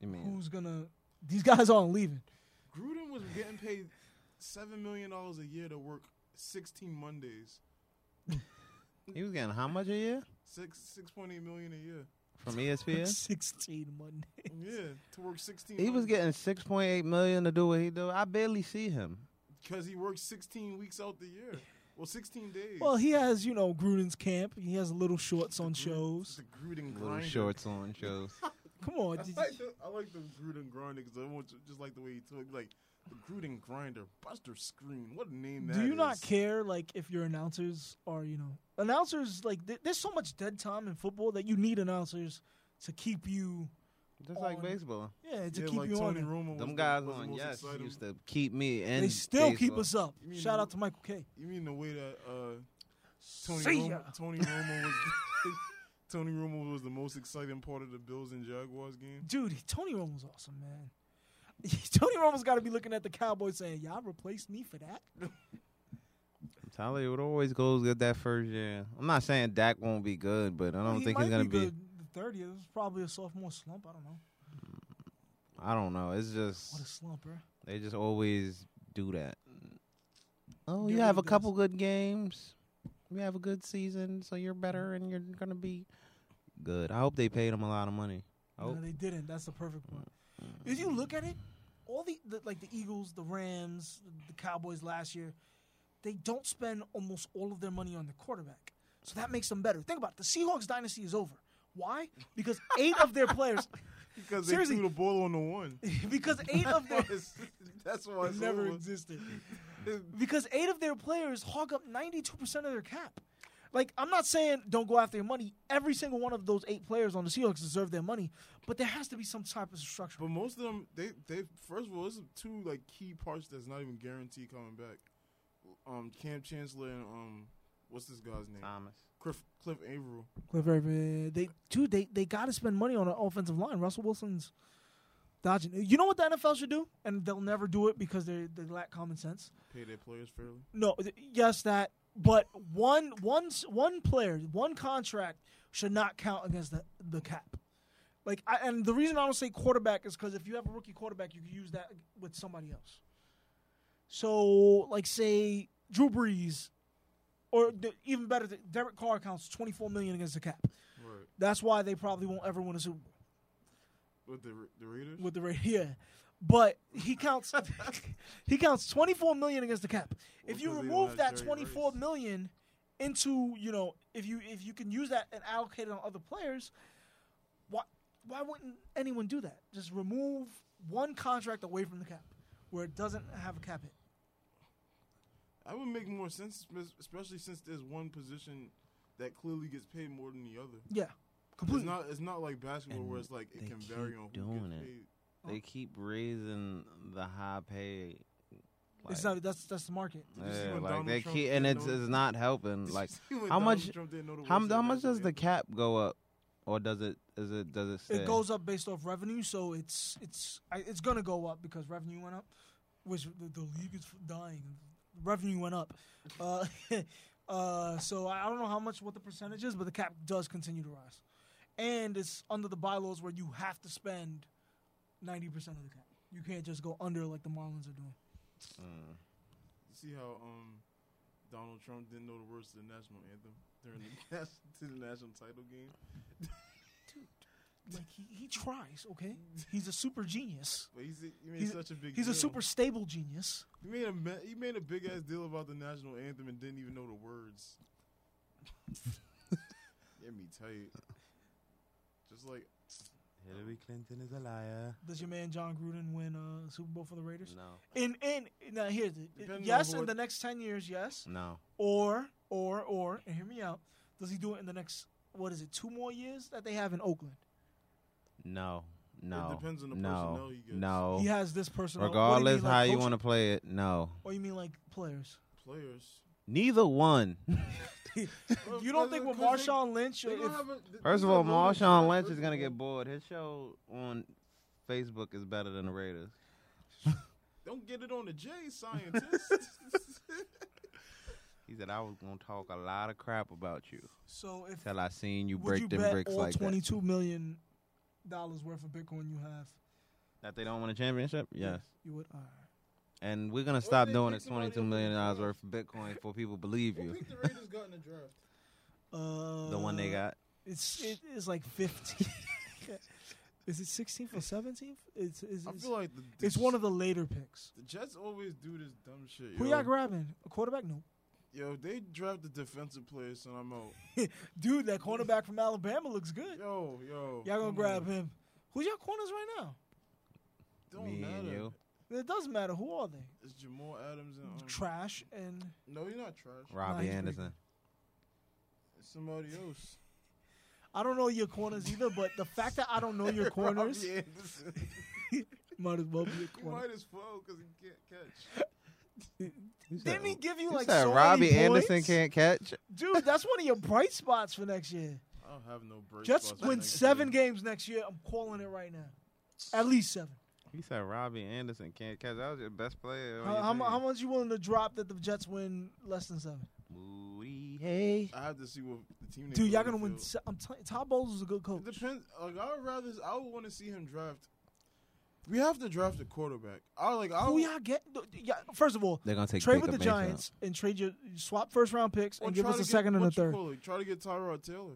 [SPEAKER 3] You mean
[SPEAKER 2] who's gonna these guys aren't leaving.
[SPEAKER 1] Gruden was getting paid seven million dollars a year to work sixteen Mondays.
[SPEAKER 3] he was getting how much a year
[SPEAKER 1] Six six point eight million a year.
[SPEAKER 3] (laughs) from E
[SPEAKER 2] (laughs)
[SPEAKER 3] ESPN?
[SPEAKER 2] Sixteen Monday.
[SPEAKER 1] Yeah, to work sixteen.
[SPEAKER 3] he was getting six point eight million to do what he do. I barely see him.
[SPEAKER 1] because he worked sixteen weeks out the year. Well, sixteen days.
[SPEAKER 2] Well, he has, you know, Gruden's camp. He has little shorts on
[SPEAKER 1] Gruden-
[SPEAKER 2] shows.
[SPEAKER 1] The Gruden
[SPEAKER 3] Little
[SPEAKER 1] grinder.
[SPEAKER 3] shorts on shows.
[SPEAKER 2] Come on.
[SPEAKER 1] I
[SPEAKER 2] did-
[SPEAKER 1] like the, I like the Gruden grinder because I want to, just like the way he took like the Gruden grinder Buster Screen. What a name that
[SPEAKER 2] do you not
[SPEAKER 1] is.
[SPEAKER 2] care, like, if your announcers are, you know, announcers, like, th- there's so much dead time in football that you need announcers to keep you,
[SPEAKER 3] Just like
[SPEAKER 2] On-
[SPEAKER 3] baseball.
[SPEAKER 2] yeah, to
[SPEAKER 1] yeah,
[SPEAKER 2] keep
[SPEAKER 1] like
[SPEAKER 2] you
[SPEAKER 1] Tony
[SPEAKER 2] on. it.
[SPEAKER 1] Romo was
[SPEAKER 3] Them
[SPEAKER 1] the-
[SPEAKER 3] guys
[SPEAKER 1] was the
[SPEAKER 3] on
[SPEAKER 1] most
[SPEAKER 3] yes
[SPEAKER 1] exciting-
[SPEAKER 3] used to keep me and
[SPEAKER 2] They still keep us up.
[SPEAKER 1] You mean
[SPEAKER 2] Shout
[SPEAKER 1] the-
[SPEAKER 2] out to Michael K.
[SPEAKER 1] You mean the way that uh, Tony
[SPEAKER 2] See
[SPEAKER 1] Romo,
[SPEAKER 2] ya.
[SPEAKER 1] Tony Romo was (laughs) Tony Romo was the most exciting part of the Bills and Jaguars game.
[SPEAKER 2] Dude, Tony Romo's awesome, man. (laughs) Tony Romo's got to be looking at the Cowboys saying, "Y'all replaced me for that."
[SPEAKER 3] I'm telling you, it always goes good that first year. I'm not saying Dak won't be good, but I don't think he's gonna be.
[SPEAKER 2] good the thirtieth. It's probably a sophomore slump. I don't know.
[SPEAKER 3] I don't know. It's
[SPEAKER 2] What a
[SPEAKER 3] just
[SPEAKER 2] slumper.
[SPEAKER 3] they just always do that. Oh,
[SPEAKER 2] Yeah,
[SPEAKER 3] you have
[SPEAKER 2] they
[SPEAKER 3] a
[SPEAKER 2] does.
[SPEAKER 3] couple good games. You have a good season, so you're better, and you're gonna be good. I hope they paid him a lot of money. Oh.
[SPEAKER 2] No, they didn't. That's the perfect point. If you look at it, all the, the like the Eagles, the Rams, the Cowboys last year, they don't spend almost all of their money on the quarterback. So that makes them better. Think about it. The Seahawks dynasty is over. Why? Because eight of their players, (laughs)
[SPEAKER 1] Because they
[SPEAKER 2] Seriously.
[SPEAKER 1] threw the ball on the one.
[SPEAKER 2] because eight of their
[SPEAKER 1] (laughs) That's why it's
[SPEAKER 2] (laughs) never
[SPEAKER 1] never
[SPEAKER 2] existed. Because eight of their players hog up 92% of their cap. Like, I'm not saying don't go after your money. Every single one of those eight players on the Seahawks deserve their money, but there has to be some type of structure.
[SPEAKER 1] But most of them, they they first of all, there's two like key parts that's not even guaranteed coming back. Um, Cam Chancellor and um, what's this guy's name?
[SPEAKER 3] Thomas.
[SPEAKER 1] Cliff Cliff Averill.
[SPEAKER 2] Cliff Irvin, they dude, they they got to spend money on an offensive line. Russell Wilson's dodging. You know what the NFL should do, and they'll never do it because they they lack common sense.
[SPEAKER 1] Pay their players fairly.
[SPEAKER 2] No, th- yes, that. But one one s- one player, one contract should not count against the the cap. Like, I, and the reason I don't say quarterback is because if you have a rookie quarterback, you can use that with somebody else. So, like, say Drew Brees, or the, even better, Derek Carr counts twenty four million against the cap.
[SPEAKER 1] Right.
[SPEAKER 2] That's why they probably won't ever win a Super Bowl
[SPEAKER 1] With the Ra- the Raiders.
[SPEAKER 2] with the Ra- (laughs) yeah. But he counts (laughs) he counts twenty four million against the cap. If you
[SPEAKER 1] Well, 'cause they don't
[SPEAKER 2] remove
[SPEAKER 1] have
[SPEAKER 2] that
[SPEAKER 1] Jerry
[SPEAKER 2] twenty four
[SPEAKER 1] Rice.
[SPEAKER 2] million into you know if you if you can use that and allocate it on other players, why why wouldn't anyone do that? Just remove one contract away from the cap where it doesn't have a cap hit.
[SPEAKER 1] That would make more sense, spe- especially since there's one position that clearly gets paid more than the other.
[SPEAKER 2] Yeah,
[SPEAKER 1] It's
[SPEAKER 2] completely.
[SPEAKER 1] not it's not like basketball where
[SPEAKER 3] And
[SPEAKER 1] it's like it
[SPEAKER 3] they
[SPEAKER 1] can vary
[SPEAKER 3] keep
[SPEAKER 1] on who
[SPEAKER 3] doing
[SPEAKER 1] gets
[SPEAKER 3] it.
[SPEAKER 1] paid.
[SPEAKER 3] They keep raising the high pay.
[SPEAKER 2] it's not that's that's the market.
[SPEAKER 1] Did you see
[SPEAKER 3] Yeah,
[SPEAKER 1] when
[SPEAKER 3] like
[SPEAKER 1] Donald
[SPEAKER 3] they
[SPEAKER 1] Trump
[SPEAKER 3] keep,
[SPEAKER 1] didn't
[SPEAKER 3] and it's,
[SPEAKER 1] know-
[SPEAKER 3] it's not helping.
[SPEAKER 1] Did you (laughs)
[SPEAKER 3] Like
[SPEAKER 1] see when
[SPEAKER 3] how
[SPEAKER 1] Donald
[SPEAKER 3] much-
[SPEAKER 1] Trump didn't know the
[SPEAKER 3] how,
[SPEAKER 1] words
[SPEAKER 3] how
[SPEAKER 1] that
[SPEAKER 3] much
[SPEAKER 1] guy
[SPEAKER 3] does the
[SPEAKER 1] said?
[SPEAKER 3] cap go up, or does it is it does it stay?
[SPEAKER 2] It goes up based off revenue, so it's it's I- it's gonna go up because revenue went up, which the, the league is dying. Revenue went up, uh, (laughs) uh, so I I don't know how much what the percentage is, but the cap does continue to rise, and it's under the bylaws where you have to spend ninety percent of the cap. You can't just go under like the Marlins are doing.
[SPEAKER 3] Mm.
[SPEAKER 1] You see how um Donald Trump didn't know the words to the national anthem during the (laughs) nas- to the national title game.
[SPEAKER 2] Like he, he tries, okay? He's a super genius.
[SPEAKER 1] But he's a, he made
[SPEAKER 2] He's a-
[SPEAKER 1] such a big.
[SPEAKER 2] He's
[SPEAKER 1] deal.
[SPEAKER 2] a super stable genius.
[SPEAKER 1] He made a ma- he made a big ass deal about the national anthem and didn't even know the
[SPEAKER 2] (laughs)
[SPEAKER 1] words. Get me tight. Just like
[SPEAKER 4] Hillary Clinton is a liar.
[SPEAKER 2] Does your man John Gruden win uh, Super Bowl for the Raiders?
[SPEAKER 3] No,
[SPEAKER 2] In in now here's the
[SPEAKER 1] Depending on
[SPEAKER 2] yes
[SPEAKER 1] who
[SPEAKER 2] in
[SPEAKER 1] it-
[SPEAKER 2] the next ten years yes
[SPEAKER 3] no.
[SPEAKER 2] or or or and hear me out does he do it in the next what is it two more years that they have in Oakland
[SPEAKER 3] No, no.
[SPEAKER 1] depends on the
[SPEAKER 3] no,
[SPEAKER 1] personnel he gets.
[SPEAKER 3] No,
[SPEAKER 2] he has this person
[SPEAKER 3] Oh. regardless how you want to play it, no.
[SPEAKER 2] or you mean like players
[SPEAKER 1] players.
[SPEAKER 3] Neither one.
[SPEAKER 2] (laughs) you don't think with
[SPEAKER 1] uh, Because they-
[SPEAKER 2] Marshawn Lynch
[SPEAKER 1] they
[SPEAKER 2] or
[SPEAKER 1] don't
[SPEAKER 2] if,
[SPEAKER 1] have a- th-
[SPEAKER 3] First
[SPEAKER 1] these
[SPEAKER 3] of all,
[SPEAKER 1] are limited
[SPEAKER 3] Marshawn
[SPEAKER 1] guys.
[SPEAKER 3] Lynch is
[SPEAKER 1] First
[SPEAKER 3] gonna
[SPEAKER 1] of
[SPEAKER 3] get
[SPEAKER 1] all,
[SPEAKER 3] bored. His show on Facebook is better than the Raiders.
[SPEAKER 1] Don't get it on the J scientist.
[SPEAKER 2] (laughs)
[SPEAKER 3] He said I was gonna talk a lot of crap about you
[SPEAKER 2] so if
[SPEAKER 3] till I seen you
[SPEAKER 2] would
[SPEAKER 3] break
[SPEAKER 2] you
[SPEAKER 3] them
[SPEAKER 2] bet
[SPEAKER 3] bricks
[SPEAKER 2] all
[SPEAKER 3] like
[SPEAKER 2] twenty
[SPEAKER 3] that.
[SPEAKER 2] two million dollars worth of Bitcoin you have
[SPEAKER 3] That they don't win a championship. Yes.
[SPEAKER 2] you would all right.
[SPEAKER 3] And we're gonna
[SPEAKER 1] did
[SPEAKER 3] stop
[SPEAKER 1] they
[SPEAKER 3] doing
[SPEAKER 1] pick
[SPEAKER 3] it.
[SPEAKER 1] somebody
[SPEAKER 3] Twenty-two
[SPEAKER 1] up in the
[SPEAKER 3] million dollars worth
[SPEAKER 1] draft?
[SPEAKER 3] of Bitcoin before people believe
[SPEAKER 1] Who
[SPEAKER 3] you.
[SPEAKER 1] picked the Raiders got in the draft?
[SPEAKER 2] uh,
[SPEAKER 3] The one they got.
[SPEAKER 2] it's it is like fifteen (laughs) is it sixteenth or seventeenth it's it's,
[SPEAKER 1] I
[SPEAKER 2] it's,
[SPEAKER 1] feel like the, the
[SPEAKER 2] it's one of the later picks.
[SPEAKER 1] the Jets always do this dumb shit.
[SPEAKER 2] Who
[SPEAKER 1] yo.
[SPEAKER 2] y'all grabbing? A quarterback? No.
[SPEAKER 1] Yo, they draft the defensive player, son. I'm
[SPEAKER 2] (laughs)
[SPEAKER 1] out.
[SPEAKER 2] Dude, that cornerback from Alabama looks good.
[SPEAKER 1] Yo, yo.
[SPEAKER 2] Y'all gonna
[SPEAKER 1] come
[SPEAKER 2] grab
[SPEAKER 1] on.
[SPEAKER 2] him. Who's y'all corners right now?
[SPEAKER 1] Don't
[SPEAKER 3] Me
[SPEAKER 1] matter.
[SPEAKER 3] and you.
[SPEAKER 2] It doesn't matter. Who are they?
[SPEAKER 1] It's Jamal Adams and um,
[SPEAKER 2] Trash and
[SPEAKER 1] no, you're not trash.
[SPEAKER 3] Robbie
[SPEAKER 2] he's pretty
[SPEAKER 3] Anderson.
[SPEAKER 1] It's somebody
[SPEAKER 2] (laughs)
[SPEAKER 1] else.
[SPEAKER 2] I don't know your corners either, but the fact that I
[SPEAKER 1] (laughs)
[SPEAKER 2] don't know your corners (laughs)
[SPEAKER 1] Robbie Anderson.
[SPEAKER 2] might as well be a
[SPEAKER 1] He
[SPEAKER 2] corner.
[SPEAKER 1] might as well because he can't catch.
[SPEAKER 2] Didn't he give you like
[SPEAKER 3] said
[SPEAKER 2] so
[SPEAKER 3] Robbie
[SPEAKER 2] many
[SPEAKER 3] Anderson
[SPEAKER 2] points?
[SPEAKER 3] can't catch.
[SPEAKER 2] Dude, that's one of your bright spots for next year.
[SPEAKER 1] I don't have no break.
[SPEAKER 2] Just
[SPEAKER 1] spots
[SPEAKER 2] win
[SPEAKER 1] next
[SPEAKER 2] seven
[SPEAKER 1] year.
[SPEAKER 2] games next year. I'm calling it right now. At least seven.
[SPEAKER 3] He said Robbie Anderson can't catch. That was your best player. on
[SPEAKER 2] How,
[SPEAKER 3] your
[SPEAKER 2] how,
[SPEAKER 3] team.
[SPEAKER 2] mu- how much you willing to drop that the Jets win less than seven?
[SPEAKER 3] Moody, hey.
[SPEAKER 1] I have to see what the team. they
[SPEAKER 2] Dude, y'all
[SPEAKER 1] play
[SPEAKER 2] gonna win.
[SPEAKER 1] field.
[SPEAKER 2] Se- I'm t- Todd Bowles is a good coach.
[SPEAKER 1] It depends. Like I would rather. I would want to see him draft. We have to draft a quarterback. I like. I
[SPEAKER 2] Who
[SPEAKER 1] would-
[SPEAKER 2] y'all get? th- th- y'all- First of all,
[SPEAKER 3] They're gonna take
[SPEAKER 2] trade
[SPEAKER 3] Jacob
[SPEAKER 2] with the
[SPEAKER 3] Mason.
[SPEAKER 2] Giants and trade your swap first round picks
[SPEAKER 1] or
[SPEAKER 2] and give
[SPEAKER 1] try
[SPEAKER 2] us
[SPEAKER 1] to
[SPEAKER 2] a
[SPEAKER 1] get-
[SPEAKER 2] second and a
[SPEAKER 1] what you
[SPEAKER 2] third.
[SPEAKER 1] call it, Try to get Tyrod Taylor.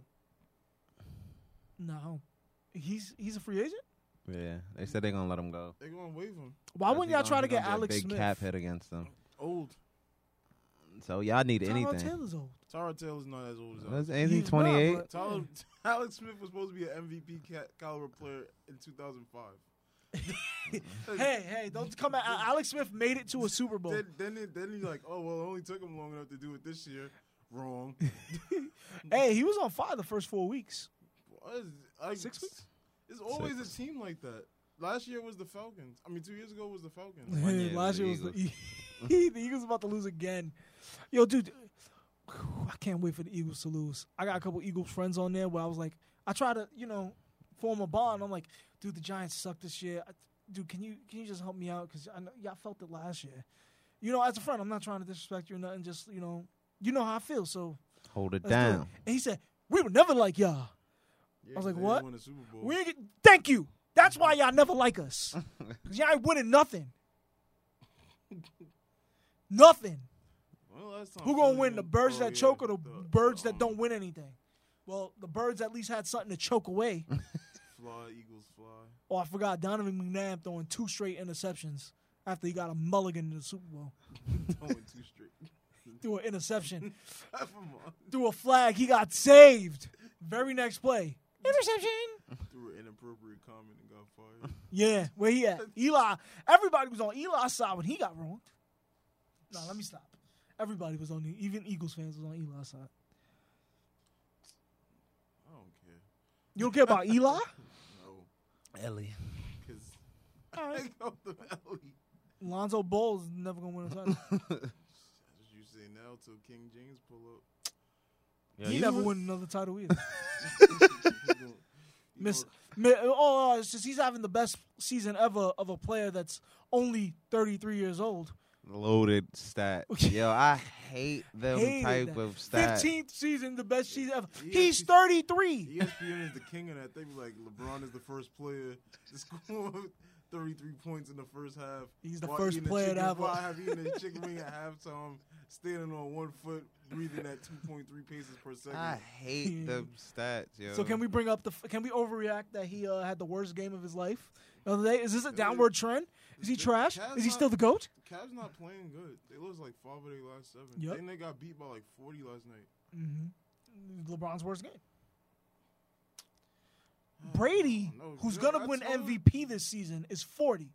[SPEAKER 2] No, he's he's a free agent.
[SPEAKER 3] Yeah, they said they're gonna let him go.
[SPEAKER 1] They're gonna waive him.
[SPEAKER 2] Why wouldn't
[SPEAKER 3] He
[SPEAKER 2] y'all
[SPEAKER 3] gonna-
[SPEAKER 2] try
[SPEAKER 3] he
[SPEAKER 2] to get
[SPEAKER 3] gonna be a
[SPEAKER 2] Alex
[SPEAKER 3] big
[SPEAKER 2] Smith?
[SPEAKER 3] cap hit against them.
[SPEAKER 1] Old
[SPEAKER 3] So y'all need
[SPEAKER 2] Tyrod
[SPEAKER 3] anything.
[SPEAKER 2] Taylor's old.
[SPEAKER 1] Tyrod Taylor's not as old as I.
[SPEAKER 3] Was anything
[SPEAKER 2] He's not,
[SPEAKER 3] twenty eight?
[SPEAKER 2] but-
[SPEAKER 1] Tyler,
[SPEAKER 2] (laughs)
[SPEAKER 1] (laughs) Alex Smith was supposed to be an MVP ca- caliber player in 2005.
[SPEAKER 2] (laughs) Hey, hey, don't come at Al- Alex Smith. Made it to a Super Bowl.
[SPEAKER 1] Then, then, he- then he's like, oh well, it only took him long enough to do it this year. Wrong.
[SPEAKER 2] Hey, he was on fire the first four weeks.
[SPEAKER 1] What is- like,
[SPEAKER 2] Six weeks?
[SPEAKER 1] It's always
[SPEAKER 3] Six.
[SPEAKER 1] a team like that. Last year was the Falcons. I mean, two years ago was the Falcons.
[SPEAKER 2] (laughs)
[SPEAKER 3] One year
[SPEAKER 2] Last
[SPEAKER 3] it
[SPEAKER 2] year
[SPEAKER 3] was
[SPEAKER 2] was the, the Eagles about to lose again. Yo, dude, I can't wait for the Eagles to lose. I got a couple Eagles friends on there where I was like, I try to, you know, form a bond. I'm like, dude, the Giants suck this year. I, dude, can you can you just help me out? Because I know y'all felt it last year. You know, as a friend, I'm not trying to disrespect you or nothing. Just you know, you know how I feel. So
[SPEAKER 3] Hold it
[SPEAKER 2] let's do it.
[SPEAKER 3] down.
[SPEAKER 2] And he said, we were never like y'all.
[SPEAKER 1] Yeah,
[SPEAKER 2] I
[SPEAKER 1] 'cause
[SPEAKER 2] was like,
[SPEAKER 1] they
[SPEAKER 2] what?
[SPEAKER 1] Won the Super Bowl.
[SPEAKER 2] We ain't get, thank you. That's why y'all never
[SPEAKER 1] (laughs)
[SPEAKER 2] like us. Cause y'all ain't winning nothing. nothing.
[SPEAKER 1] When the last time
[SPEAKER 2] Who gonna
[SPEAKER 1] Philly
[SPEAKER 2] win? The
[SPEAKER 1] won-
[SPEAKER 2] birds
[SPEAKER 1] oh,
[SPEAKER 2] that
[SPEAKER 1] yeah,
[SPEAKER 2] choke or the
[SPEAKER 1] the-
[SPEAKER 2] birds that
[SPEAKER 1] um,
[SPEAKER 2] don't win anything? Well, the birds at least had something to
[SPEAKER 1] (laughs)
[SPEAKER 2] choke away.
[SPEAKER 1] Fly Eagles fly. (laughs)
[SPEAKER 2] oh, I forgot Donovan McNabb throwing two straight interceptions after he got a mulligan in the Super Bowl.
[SPEAKER 1] Don't win too straight. (laughs)
[SPEAKER 2] Threw an interception.
[SPEAKER 1] Come on.
[SPEAKER 2] Threw a flag. He got saved. Very next play. Interception.
[SPEAKER 1] Threw an inappropriate comment and got
[SPEAKER 2] (laughs)
[SPEAKER 1] fired.
[SPEAKER 2] Yeah, where he at? Eli. Everybody was on Eli's side when he got wronged. Nah, let me stop. Everybody was on, even Eagles fans was on Eli's side.
[SPEAKER 1] I don't care.
[SPEAKER 2] You don't care about Eli?
[SPEAKER 1] No,
[SPEAKER 3] Ellie.
[SPEAKER 1] because (laughs)
[SPEAKER 2] All
[SPEAKER 1] I
[SPEAKER 2] right.
[SPEAKER 1] got the alley.
[SPEAKER 2] Lonzo Ball is never gonna win a title.
[SPEAKER 1] That's what you say now till King James pull
[SPEAKER 2] (laughs)
[SPEAKER 1] up.
[SPEAKER 2] he
[SPEAKER 3] you
[SPEAKER 2] never win another title either.
[SPEAKER 1] He gonna- he
[SPEAKER 2] Miss,
[SPEAKER 1] gonna-
[SPEAKER 2] mi- oh, it's just he's having the best season ever of a player that's only 33 years old.
[SPEAKER 3] Loaded stat.
[SPEAKER 2] (laughs)
[SPEAKER 3] Yo, I hate them
[SPEAKER 2] Hated
[SPEAKER 3] type
[SPEAKER 2] that.
[SPEAKER 3] of stats.
[SPEAKER 2] 15th season, the best season ever.
[SPEAKER 1] Yeah,
[SPEAKER 2] he's
[SPEAKER 1] he's-
[SPEAKER 2] 33.
[SPEAKER 1] ESPN is the king of that. They be like, LeBron is the first player to (laughs) score 33 points in the first half.
[SPEAKER 2] He's the
[SPEAKER 1] while
[SPEAKER 2] first
[SPEAKER 1] eating a
[SPEAKER 2] player to
[SPEAKER 1] chicken-
[SPEAKER 2] have a-
[SPEAKER 1] while have eaten a chicken wing at (laughs) halftime, standing on one foot, breathing at 2.3 paces per second.
[SPEAKER 2] Ah.
[SPEAKER 3] I hate them stats, yo.
[SPEAKER 2] So can we bring up the? f- Can we overreact that he uh, had the worst game of his life the other day? Is this a downward trend? Is he
[SPEAKER 1] The
[SPEAKER 2] trash?
[SPEAKER 1] Cavs
[SPEAKER 2] Is he
[SPEAKER 1] not-
[SPEAKER 2] still the goat?
[SPEAKER 1] The Cavs not playing good. They lost like five of their last seven.
[SPEAKER 2] Yep.
[SPEAKER 1] Then they got beat by like 40 last night.
[SPEAKER 2] Mm-hmm. LeBron's worst game. Brady,
[SPEAKER 1] Uh, no,
[SPEAKER 2] who's
[SPEAKER 1] dude,
[SPEAKER 2] gonna
[SPEAKER 1] I
[SPEAKER 2] win
[SPEAKER 1] told you.
[SPEAKER 2] MVP this season, is 40.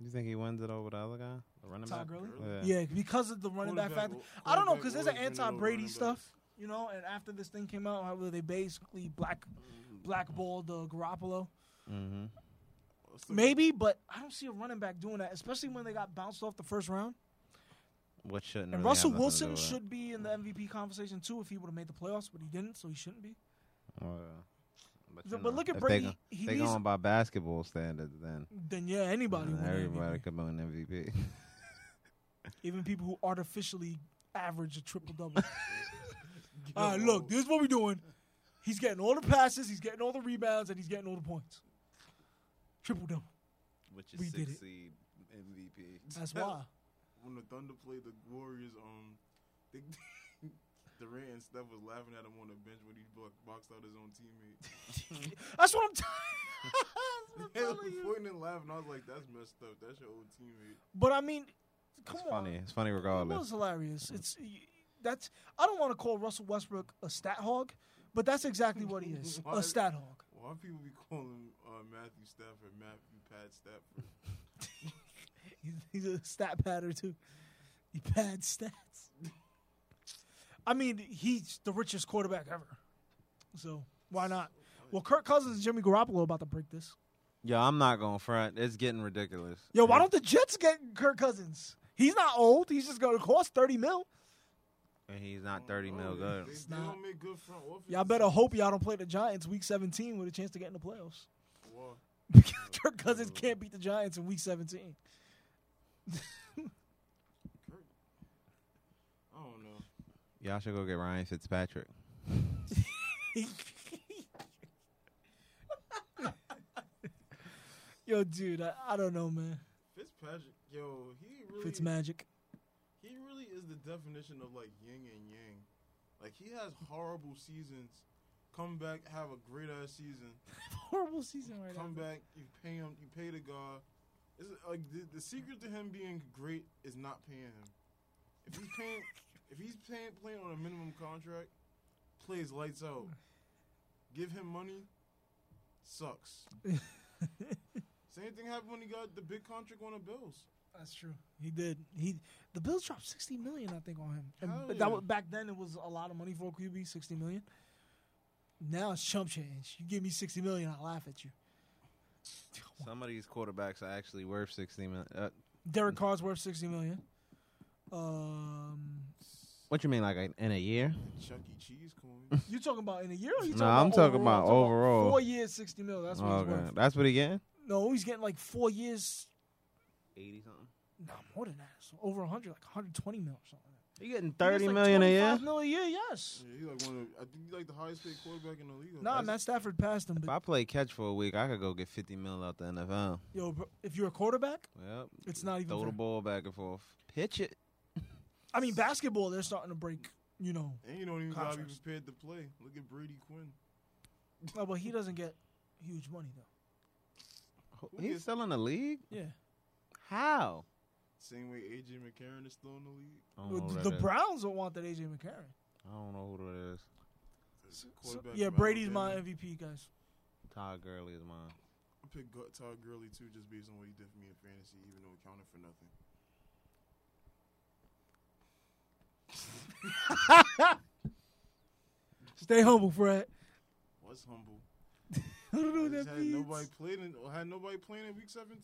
[SPEAKER 3] You think he wins it over the other guy? The running
[SPEAKER 2] Todd
[SPEAKER 3] back?
[SPEAKER 2] Gurley?
[SPEAKER 3] Yeah.
[SPEAKER 2] Yeah, because of the running back
[SPEAKER 1] Quarterback
[SPEAKER 2] factor.
[SPEAKER 1] al-
[SPEAKER 2] I don't know
[SPEAKER 1] quarterback
[SPEAKER 2] because there's an
[SPEAKER 1] always winning over
[SPEAKER 2] anti-Brady
[SPEAKER 1] running
[SPEAKER 2] stuff, you know. And after this thing came out, how they basically black blackballed the Garoppolo.
[SPEAKER 3] Mm-hmm.
[SPEAKER 1] backs. So
[SPEAKER 2] Maybe, but I don't see a running back doing that, especially when they got bounced off the first round.
[SPEAKER 3] What
[SPEAKER 2] And
[SPEAKER 3] shouldn't really
[SPEAKER 2] Russell
[SPEAKER 3] have nothing to do
[SPEAKER 2] Wilson
[SPEAKER 3] with it.
[SPEAKER 2] should be in the MVP conversation too if he would have made the playoffs, but he didn't, so he shouldn't be.
[SPEAKER 3] Oh, yeah.
[SPEAKER 2] So-
[SPEAKER 3] you
[SPEAKER 2] but
[SPEAKER 3] know,
[SPEAKER 2] look at
[SPEAKER 3] if
[SPEAKER 2] Brady,
[SPEAKER 3] They, go-
[SPEAKER 2] he
[SPEAKER 3] they
[SPEAKER 2] needs-
[SPEAKER 3] going by basketball standards, then
[SPEAKER 2] Then yeah, anybody, would win the
[SPEAKER 3] everybody
[SPEAKER 2] MVP.
[SPEAKER 3] could win MVP.
[SPEAKER 2] even people who artificially average a triple
[SPEAKER 3] (laughs)
[SPEAKER 2] double. all right, look, this is what we're doing. He's getting all the passes, he's getting all the rebounds, and he's getting all the points. Triple double.
[SPEAKER 3] (laughs) Which
[SPEAKER 2] is We did it.
[SPEAKER 3] seed MVP.
[SPEAKER 2] That's
[SPEAKER 3] (laughs)
[SPEAKER 2] why.
[SPEAKER 1] when the Thunder played the Warriors, um, they, (laughs) Durant and Steph was laughing at him on the bench when he bo- boxed out his own
[SPEAKER 2] (laughs)
[SPEAKER 1] teammate. (laughs)
[SPEAKER 2] That's what I'm t-
[SPEAKER 1] they
[SPEAKER 2] That's what I'm
[SPEAKER 1] were
[SPEAKER 2] telling you.
[SPEAKER 3] (laughs)
[SPEAKER 1] pointing and laughing. I was like, "That's messed up. That's your old teammate."
[SPEAKER 2] But I mean, come
[SPEAKER 3] It's
[SPEAKER 2] on.
[SPEAKER 3] funny. It's funny
[SPEAKER 2] It was
[SPEAKER 3] regardless.
[SPEAKER 2] hilarious. It's y- that's. I don't want to call Russell Westbrook a stat hog, but that's exactly what he is.
[SPEAKER 1] Why?
[SPEAKER 2] a stat hog.
[SPEAKER 1] Why people be calling uh, Matthew Stafford Matthew Pat Stafford?
[SPEAKER 2] He's, he's a stat padder too. He pads stats. I mean, he's the richest quarterback ever. So why not? Well, Kirk Cousins and Jimmy Garoppolo are about to break this.
[SPEAKER 3] Yo, I'm not going to front. It's getting ridiculous.
[SPEAKER 2] Yo, why don't the Jets get Kirk Cousins? He's not old. He's just going to cost thirty mil.
[SPEAKER 3] And he's not 30 mil good.
[SPEAKER 1] They,
[SPEAKER 2] It's
[SPEAKER 1] they
[SPEAKER 2] not.
[SPEAKER 1] don't make good front office.
[SPEAKER 2] Y'all better hope y'all don't play the Giants week seventeen with a chance to get in the playoffs. (laughs)
[SPEAKER 1] Why?
[SPEAKER 2] Kirk Cousins can't beat the Giants in week seventeen.
[SPEAKER 1] Kirk. I don't know.
[SPEAKER 3] Y'all should go get Ryan Fitzpatrick.
[SPEAKER 2] (laughs) Yo, dude, I, I don't know, man.
[SPEAKER 1] Fitzpatrick, yo, he really
[SPEAKER 2] Fitz magic.
[SPEAKER 1] he really is the definition of like yin and yang. Like he has horrible seasons, come back, have a great ass season,
[SPEAKER 2] Horrible season right
[SPEAKER 1] come
[SPEAKER 2] now.
[SPEAKER 1] back, you pay him, you pay the guy. It's like the, the secret to him being great is not paying him. If he's paying, if he's paying playing on a minimum contract, plays lights out. Give him money, sucks. Same thing happened when he got the big contract on the Bills.
[SPEAKER 2] That's true. He did. He the Bills dropped sixty million, I think, on him. And
[SPEAKER 1] Hell
[SPEAKER 2] but
[SPEAKER 1] yeah.
[SPEAKER 2] that was, back then it was a lot of money for a QB, sixty million. Now it's chump change. You give me sixty million, I'll laugh at you.
[SPEAKER 3] Some of these quarterbacks are actually worth 60 mil. Uh,
[SPEAKER 2] Derek Carr's worth sixty million. Um,
[SPEAKER 3] what you mean, like in- in a year?
[SPEAKER 1] Chuck E. Cheese coin.
[SPEAKER 2] you talking about in a year? Or you
[SPEAKER 3] No,
[SPEAKER 2] talking
[SPEAKER 3] I'm
[SPEAKER 2] about
[SPEAKER 3] talking
[SPEAKER 2] overall?
[SPEAKER 3] about
[SPEAKER 2] I'm
[SPEAKER 3] overall.
[SPEAKER 2] Four years, sixty mil. That's what he's
[SPEAKER 3] Okay.
[SPEAKER 2] worth.
[SPEAKER 3] That's what he getting?
[SPEAKER 2] No, he's getting like four years.
[SPEAKER 3] 80 something.
[SPEAKER 2] Nah, more than that. So over hundred, like hundred twenty mil or something.
[SPEAKER 3] He getting
[SPEAKER 2] He
[SPEAKER 3] thirty
[SPEAKER 2] gets, like,
[SPEAKER 3] million a year?
[SPEAKER 2] 25 mil a year, yes.
[SPEAKER 1] Yeah, he's like one of I think he's like the highest paid quarterback in the league.
[SPEAKER 2] Nah,
[SPEAKER 1] That's-
[SPEAKER 2] Matt Stafford passed him.
[SPEAKER 3] If
[SPEAKER 2] But
[SPEAKER 3] I play catch for a week, I could go get 50 mil out the NFL.
[SPEAKER 2] yo, bro, if you're a quarterback,
[SPEAKER 3] Well,
[SPEAKER 2] It's not even
[SPEAKER 3] Throw the
[SPEAKER 2] fair.
[SPEAKER 3] ball back and forth. Pitch it.
[SPEAKER 2] I mean basketball, they're starting to break. You know,
[SPEAKER 1] And you don't even gotta be
[SPEAKER 2] Contracts.
[SPEAKER 1] prepared to play. Look at Brady Quinn.
[SPEAKER 2] no, Uh, but he doesn't get huge money though.
[SPEAKER 1] Who
[SPEAKER 3] He's
[SPEAKER 1] gets-
[SPEAKER 3] still in the league?
[SPEAKER 2] Yeah,
[SPEAKER 3] How?
[SPEAKER 1] Same way AJ McCarron is still in the league.
[SPEAKER 3] I don't know
[SPEAKER 2] Well,
[SPEAKER 3] who
[SPEAKER 2] the,
[SPEAKER 3] that
[SPEAKER 2] the
[SPEAKER 3] is.
[SPEAKER 2] Browns don't want that AJ McCarron.
[SPEAKER 3] I don't know who that is.
[SPEAKER 1] There's a
[SPEAKER 2] So-
[SPEAKER 1] quarterback
[SPEAKER 2] yeah,
[SPEAKER 1] from
[SPEAKER 2] Brady's my
[SPEAKER 1] Alabama.
[SPEAKER 2] MVP, guys.
[SPEAKER 3] Todd Gurley is mine.
[SPEAKER 1] I picked Gu- Todd Gurley too, just based on what he did for me in fantasy, even though it counted for nothing.
[SPEAKER 2] Stay humble, Fred. (laughs)
[SPEAKER 1] Was humble.
[SPEAKER 2] I don't know
[SPEAKER 1] I
[SPEAKER 2] what
[SPEAKER 1] just
[SPEAKER 2] that
[SPEAKER 1] had
[SPEAKER 2] means.
[SPEAKER 1] nobody played in, or had nobody playing in week 17.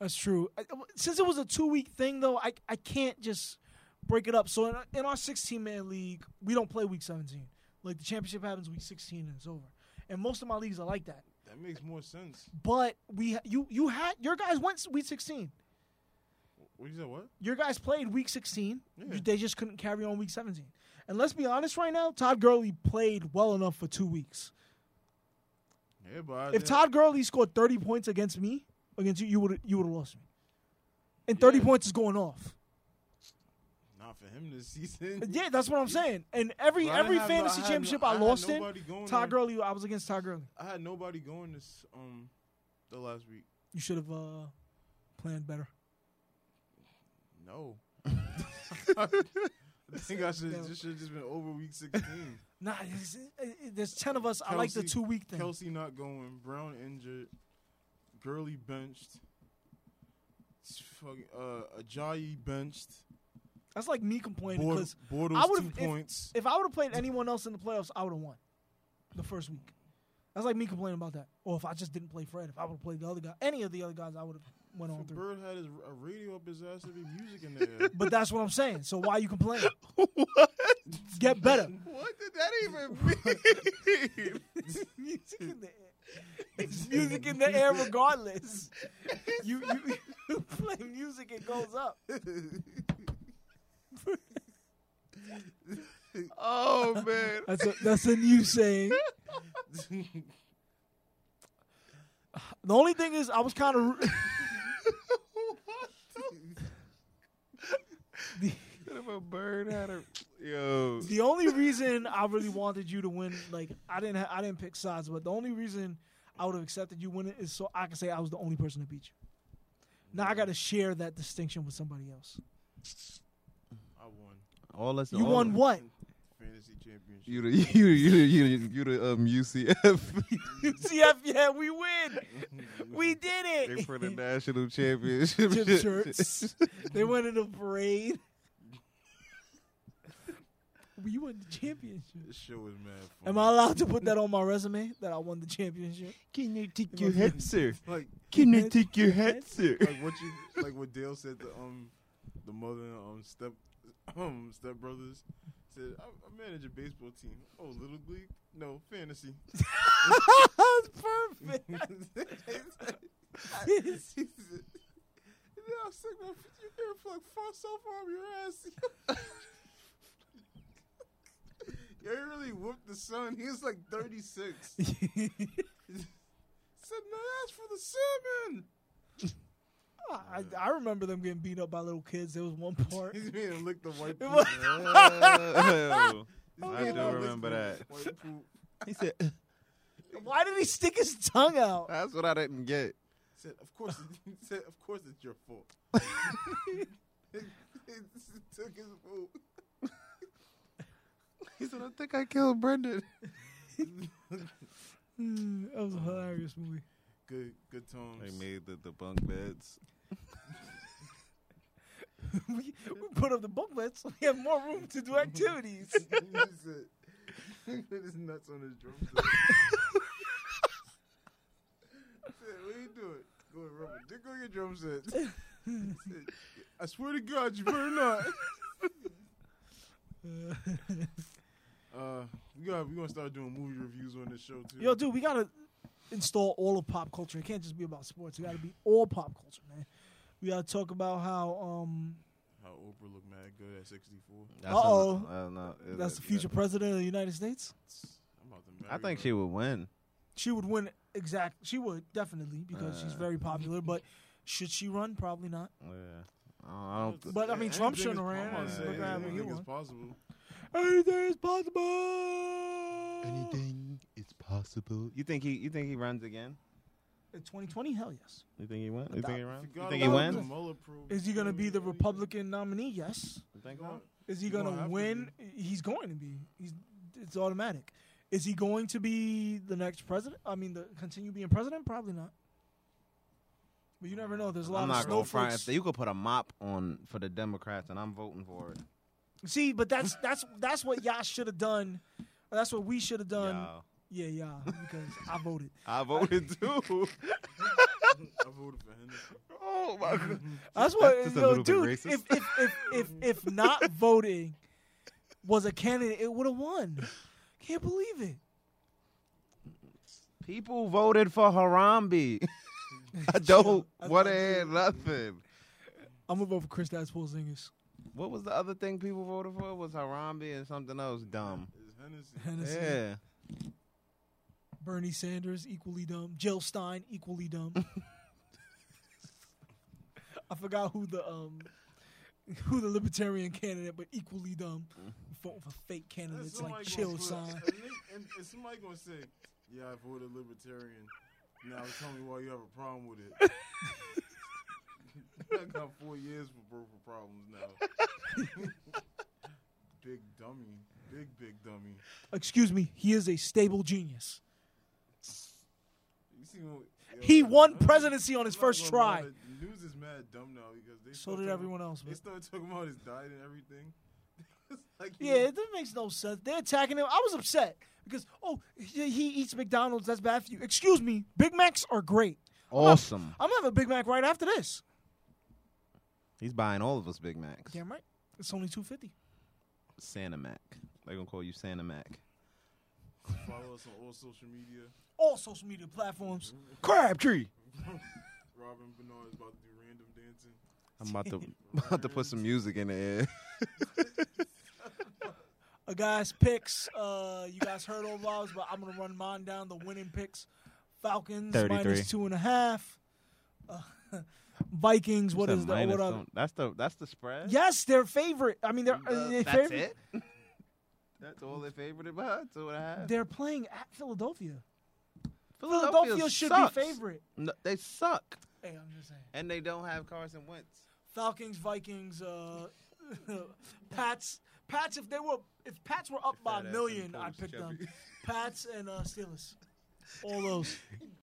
[SPEAKER 2] That's true. I, I- since it was a two week thing, though, I, I can't just break it up. So in, our- in our 16 man league, we don't play week 17. Like the championship happens week 16 and it's over. And most of my leagues are like that.
[SPEAKER 1] That makes more sense.
[SPEAKER 2] But we you you had your guys went s- week 16.
[SPEAKER 1] What you said? What?
[SPEAKER 2] Your guys played week 16.
[SPEAKER 1] Yeah.
[SPEAKER 2] They just couldn't carry on week 17. And let's be honest right now, Todd Gurley played well enough for two weeks.
[SPEAKER 1] Oh, Yeah, but I
[SPEAKER 2] If
[SPEAKER 1] did-
[SPEAKER 2] Todd Gurley scored 30 points against me, against you, you would you would have lost me. And 30
[SPEAKER 1] Yeah.
[SPEAKER 2] points is going off.
[SPEAKER 1] not for him this (laughs) season.
[SPEAKER 2] Yeah, that's what I'm saying. And every
[SPEAKER 1] Bro, I
[SPEAKER 2] every
[SPEAKER 1] didn't have no-
[SPEAKER 2] fantasy
[SPEAKER 1] had
[SPEAKER 2] championship
[SPEAKER 1] no-
[SPEAKER 2] I,
[SPEAKER 1] had
[SPEAKER 2] lost in,
[SPEAKER 1] nobody going
[SPEAKER 2] Todd
[SPEAKER 1] there.
[SPEAKER 2] Gurley, I was against Todd Gurley.
[SPEAKER 1] I had nobody going this um the last week.
[SPEAKER 2] You should have uh, planned better.
[SPEAKER 1] No. I think I should
[SPEAKER 2] No.
[SPEAKER 1] this should have just been over week
[SPEAKER 2] (laughs)
[SPEAKER 1] sixteen.
[SPEAKER 2] Nah, it's- it- it- there's ten of us. I like the
[SPEAKER 1] Kelsey-
[SPEAKER 2] two week thing.
[SPEAKER 1] Kelsey not going, Brown injured, Gurley benched, s- fucking uh, Ajayi benched,
[SPEAKER 2] That's like me complaining
[SPEAKER 1] Bort-
[SPEAKER 2] because
[SPEAKER 1] Bortles
[SPEAKER 2] I would've-
[SPEAKER 1] two
[SPEAKER 2] if-
[SPEAKER 1] points.
[SPEAKER 2] if I would have played anyone else in the playoffs, I would have won the first week. That's like me complaining about that. Or if I just didn't play Fred, if I would have played the other guy, any of the other guys, I would have went on
[SPEAKER 1] If
[SPEAKER 2] through.
[SPEAKER 1] Bird had his, a radio up his ass, there'd be music in
[SPEAKER 2] (laughs)
[SPEAKER 1] there.
[SPEAKER 2] But that's what I'm saying. So why
[SPEAKER 1] (laughs)
[SPEAKER 2] you complaining?
[SPEAKER 3] what?
[SPEAKER 2] Get better.
[SPEAKER 3] What did that even
[SPEAKER 2] (laughs)
[SPEAKER 3] mean? (laughs)
[SPEAKER 2] There's music in the air. (laughs) There's music in the air regardless. You you, (laughs) you play music, it goes up.
[SPEAKER 3] oh man.
[SPEAKER 2] That's a that's a new saying.
[SPEAKER 3] (laughs)
[SPEAKER 2] The only thing is, I was kind of (laughs) (laughs)
[SPEAKER 3] What if a bird had a yo?
[SPEAKER 2] the only reason I really wanted you to win. Like I didn't ha- I didn't pick sides, but the only reason I would have accepted you winning is so I can say I was the only person to beat you. Now I got to share that distinction with somebody else.
[SPEAKER 1] I won.
[SPEAKER 3] All us.
[SPEAKER 2] You won what? (laughs)
[SPEAKER 1] Fantasy championship. (laughs)
[SPEAKER 3] You the (laughs) you you the, you the, you the um UCF.
[SPEAKER 2] UCF, yeah, we win. We did it. (laughs)
[SPEAKER 3] (laughs) they for the national championship. (laughs)
[SPEAKER 2] Jim shirts. they went in a (laughs) parade. We won the championship.
[SPEAKER 1] this show is mad. Fun.
[SPEAKER 2] Am I allowed to put that on my resume that I won the championship? (laughs)
[SPEAKER 3] Can you take
[SPEAKER 2] your hat,
[SPEAKER 3] (laughs) sir?
[SPEAKER 1] like
[SPEAKER 2] Can you take
[SPEAKER 3] your
[SPEAKER 2] hat,
[SPEAKER 3] sir?
[SPEAKER 1] like what you like what Dale said to um the mother and um, step um, step brothers said, I, I manage a baseball team. Oh, little league? No, fantasy. (laughs)
[SPEAKER 2] That's perfect. (laughs)
[SPEAKER 1] she (laughs) said, "Then I'll stick my you can pluck far so far up your ass. (laughs) Yeah, he really whooped the son. He was like
[SPEAKER 3] (laughs)
[SPEAKER 1] 36. said, no, that's for the salmon.
[SPEAKER 2] I, I remember them getting beat up by little kids. There was one part.
[SPEAKER 1] He's being licked the white
[SPEAKER 2] It
[SPEAKER 1] poop.
[SPEAKER 2] was-
[SPEAKER 3] Ew.
[SPEAKER 1] He's
[SPEAKER 3] I
[SPEAKER 1] being
[SPEAKER 3] do
[SPEAKER 1] licked
[SPEAKER 3] remember
[SPEAKER 1] the
[SPEAKER 3] that.
[SPEAKER 1] white poop.
[SPEAKER 3] (laughs) he said,
[SPEAKER 2] (laughs) Why did he stick his tongue out?
[SPEAKER 3] (laughs) "That's what I didn't get."
[SPEAKER 1] said, of course, it, (laughs) said, of course it's your fault. (laughs) he took his food.
[SPEAKER 3] He said, "I think I killed Brendan."
[SPEAKER 2] Mm, That was a hilarious movie. (laughs)
[SPEAKER 1] Good, good times.
[SPEAKER 4] They made the, the bunk beds.
[SPEAKER 2] we, we put up the bunk beds so (laughs) we have more room to
[SPEAKER 3] (laughs)
[SPEAKER 2] do activities.
[SPEAKER 1] (laughs) He put his nuts on his drum set. said, what are you doing? Go and rub it. Dick on your drum set. Said, I swear to God, you better not.
[SPEAKER 2] Uh,
[SPEAKER 1] (laughs) Uh, we got we gonna start doing movie reviews on this show too.
[SPEAKER 2] Yo, dude, we gotta install all of pop culture. It can't just be about sports. It gotta be all pop culture, man. We gotta talk about how um
[SPEAKER 1] How Oprah looked mad good at 64.
[SPEAKER 3] That's
[SPEAKER 2] Uh-oh.
[SPEAKER 3] a- uh, no, it-
[SPEAKER 2] that's the
[SPEAKER 3] it-
[SPEAKER 2] future president of the United States.
[SPEAKER 1] I'm about to marry
[SPEAKER 3] I think
[SPEAKER 1] her.
[SPEAKER 3] she would win.
[SPEAKER 2] She would win exact she would definitely because she's
[SPEAKER 3] Uh.
[SPEAKER 2] very popular, but should she run? Probably not.
[SPEAKER 3] Yeah. I don't. th-
[SPEAKER 2] But, I mean, Trump
[SPEAKER 1] anything
[SPEAKER 2] shouldn't
[SPEAKER 1] is-
[SPEAKER 2] have ran.
[SPEAKER 1] I'm about to
[SPEAKER 3] Yeah,
[SPEAKER 1] say,
[SPEAKER 3] yeah,
[SPEAKER 1] anything
[SPEAKER 2] yeah.
[SPEAKER 1] is possible.
[SPEAKER 2] Anything is possible.
[SPEAKER 4] Anything is possible.
[SPEAKER 3] you think he? You think he runs again?
[SPEAKER 2] In 2020, hell yes.
[SPEAKER 3] You think he wins? You think he runs?
[SPEAKER 1] Forgot
[SPEAKER 3] You think he
[SPEAKER 1] about the
[SPEAKER 3] wins?
[SPEAKER 1] Mueller probe.
[SPEAKER 2] Is he gonna be the
[SPEAKER 1] Yeah, yeah. (laughs)
[SPEAKER 2] Republican nominee? Yes.
[SPEAKER 3] You think so?
[SPEAKER 2] Is he
[SPEAKER 1] He gonna
[SPEAKER 2] gonna
[SPEAKER 1] have to
[SPEAKER 2] win? He's going to be. He's it's automatic. Is he going to be the next president? I mean, the continue being president? Probably not. But you never know. There's a lot
[SPEAKER 3] I'm
[SPEAKER 2] of
[SPEAKER 3] not going to front.
[SPEAKER 2] snowflakes.
[SPEAKER 3] If you could put a mop on for the Democrats, and I'm voting for it.
[SPEAKER 2] See, but that's that's that's what y'all should have done. Or that's what we should have done.
[SPEAKER 3] Y'all.
[SPEAKER 2] Yeah, y'all, because I voted.
[SPEAKER 3] I voted
[SPEAKER 2] (laughs)
[SPEAKER 3] too. (laughs)
[SPEAKER 1] I voted for Henderson.
[SPEAKER 3] oh my god!
[SPEAKER 2] That's what,
[SPEAKER 4] just a
[SPEAKER 2] yo,
[SPEAKER 4] little bit
[SPEAKER 2] dude. If
[SPEAKER 4] racist.
[SPEAKER 2] if, if if if not voting was a candidate, it would have won. Can't believe it.
[SPEAKER 3] People voted for Harambe. (laughs) I don't
[SPEAKER 2] I
[SPEAKER 3] want to
[SPEAKER 2] thought
[SPEAKER 3] hear
[SPEAKER 2] you-
[SPEAKER 3] nothing.
[SPEAKER 2] I'm gonna vote for Chris That's Porzingis.
[SPEAKER 3] What was the other thing people voted for? It was Harambe and something else dumb.
[SPEAKER 1] It's Hennessy.
[SPEAKER 2] Hennessy.
[SPEAKER 3] Yeah.
[SPEAKER 2] Bernie Sanders equally dumb. Jill Stein equally dumb. I forgot who the um who the libertarian candidate, but equally dumb. Voting for fake
[SPEAKER 1] And
[SPEAKER 2] candidates
[SPEAKER 1] somebody
[SPEAKER 2] like Jill
[SPEAKER 1] gonna put-
[SPEAKER 2] Stein.
[SPEAKER 1] and they- And, and somebody gonna say, "Yeah, I voted Libertarian." Now tell me why you have a problem with it. (laughs) I got four years for verbal problems now. (laughs) big dummy, big big dummy.
[SPEAKER 2] Excuse me, he is a stable genius.
[SPEAKER 1] You see what, yo,
[SPEAKER 2] He
[SPEAKER 1] I'm
[SPEAKER 2] won
[SPEAKER 1] not-
[SPEAKER 2] presidency on his
[SPEAKER 1] I'm not
[SPEAKER 2] first
[SPEAKER 1] gonna
[SPEAKER 2] try.
[SPEAKER 1] lie, The news is mad dumb now because they
[SPEAKER 2] So
[SPEAKER 1] start
[SPEAKER 2] did
[SPEAKER 1] talking-
[SPEAKER 2] everyone else.
[SPEAKER 1] They
[SPEAKER 2] But
[SPEAKER 1] started talking about his diet and everything. (laughs) It's like,
[SPEAKER 2] yeah, it that makes no sense. They're attacking him. I was upset because oh, he, he eats McDonald's. That's bad for you. Excuse me, Big Macs are great.
[SPEAKER 3] Awesome.
[SPEAKER 2] I'm gonna have a Big Mac right after this.
[SPEAKER 3] He's buying all of us Big Macs.
[SPEAKER 2] Damn right. It's only two fifty.
[SPEAKER 3] Santa Mac. They're going to call you
[SPEAKER 2] (laughs)
[SPEAKER 3] Santa Mac.
[SPEAKER 1] Follow us on all social media.
[SPEAKER 2] All social media platforms.
[SPEAKER 3] Crabtree.
[SPEAKER 1] Robin Bernard is about to do random dancing.
[SPEAKER 3] I'm about to, (laughs) about to put some music in the air.
[SPEAKER 2] Uh, guys, picks. Uh, you guys heard all of ours, but I'm gonna run mine down. The winning picks: Falcons
[SPEAKER 4] 33.
[SPEAKER 2] minus two and a half. Uh, (laughs) Vikings.
[SPEAKER 3] (laughs)
[SPEAKER 2] What
[SPEAKER 3] Said
[SPEAKER 2] is the
[SPEAKER 3] minus
[SPEAKER 2] what are,
[SPEAKER 3] some- That's the that's the spread.
[SPEAKER 2] Yes, their favorite. I mean, they're, uh, their
[SPEAKER 3] that's
[SPEAKER 2] favorite.
[SPEAKER 3] it. (laughs) that's all they favored about. Two and a half.
[SPEAKER 2] They're playing at Philadelphia. Philadelphia should
[SPEAKER 3] sucks.
[SPEAKER 2] be favorite.
[SPEAKER 3] No, they suck,
[SPEAKER 2] Hey, I'm just saying.
[SPEAKER 3] and they don't have Carson Wentz.
[SPEAKER 2] Falcons, Vikings, uh, (laughs) Pats. Pats. If they were, if Pats were up by a
[SPEAKER 3] Fat ass
[SPEAKER 2] million,
[SPEAKER 3] and
[SPEAKER 2] I
[SPEAKER 3] post,
[SPEAKER 2] picked them.
[SPEAKER 3] Chubby.
[SPEAKER 2] Pats and uh, Steelers. All those.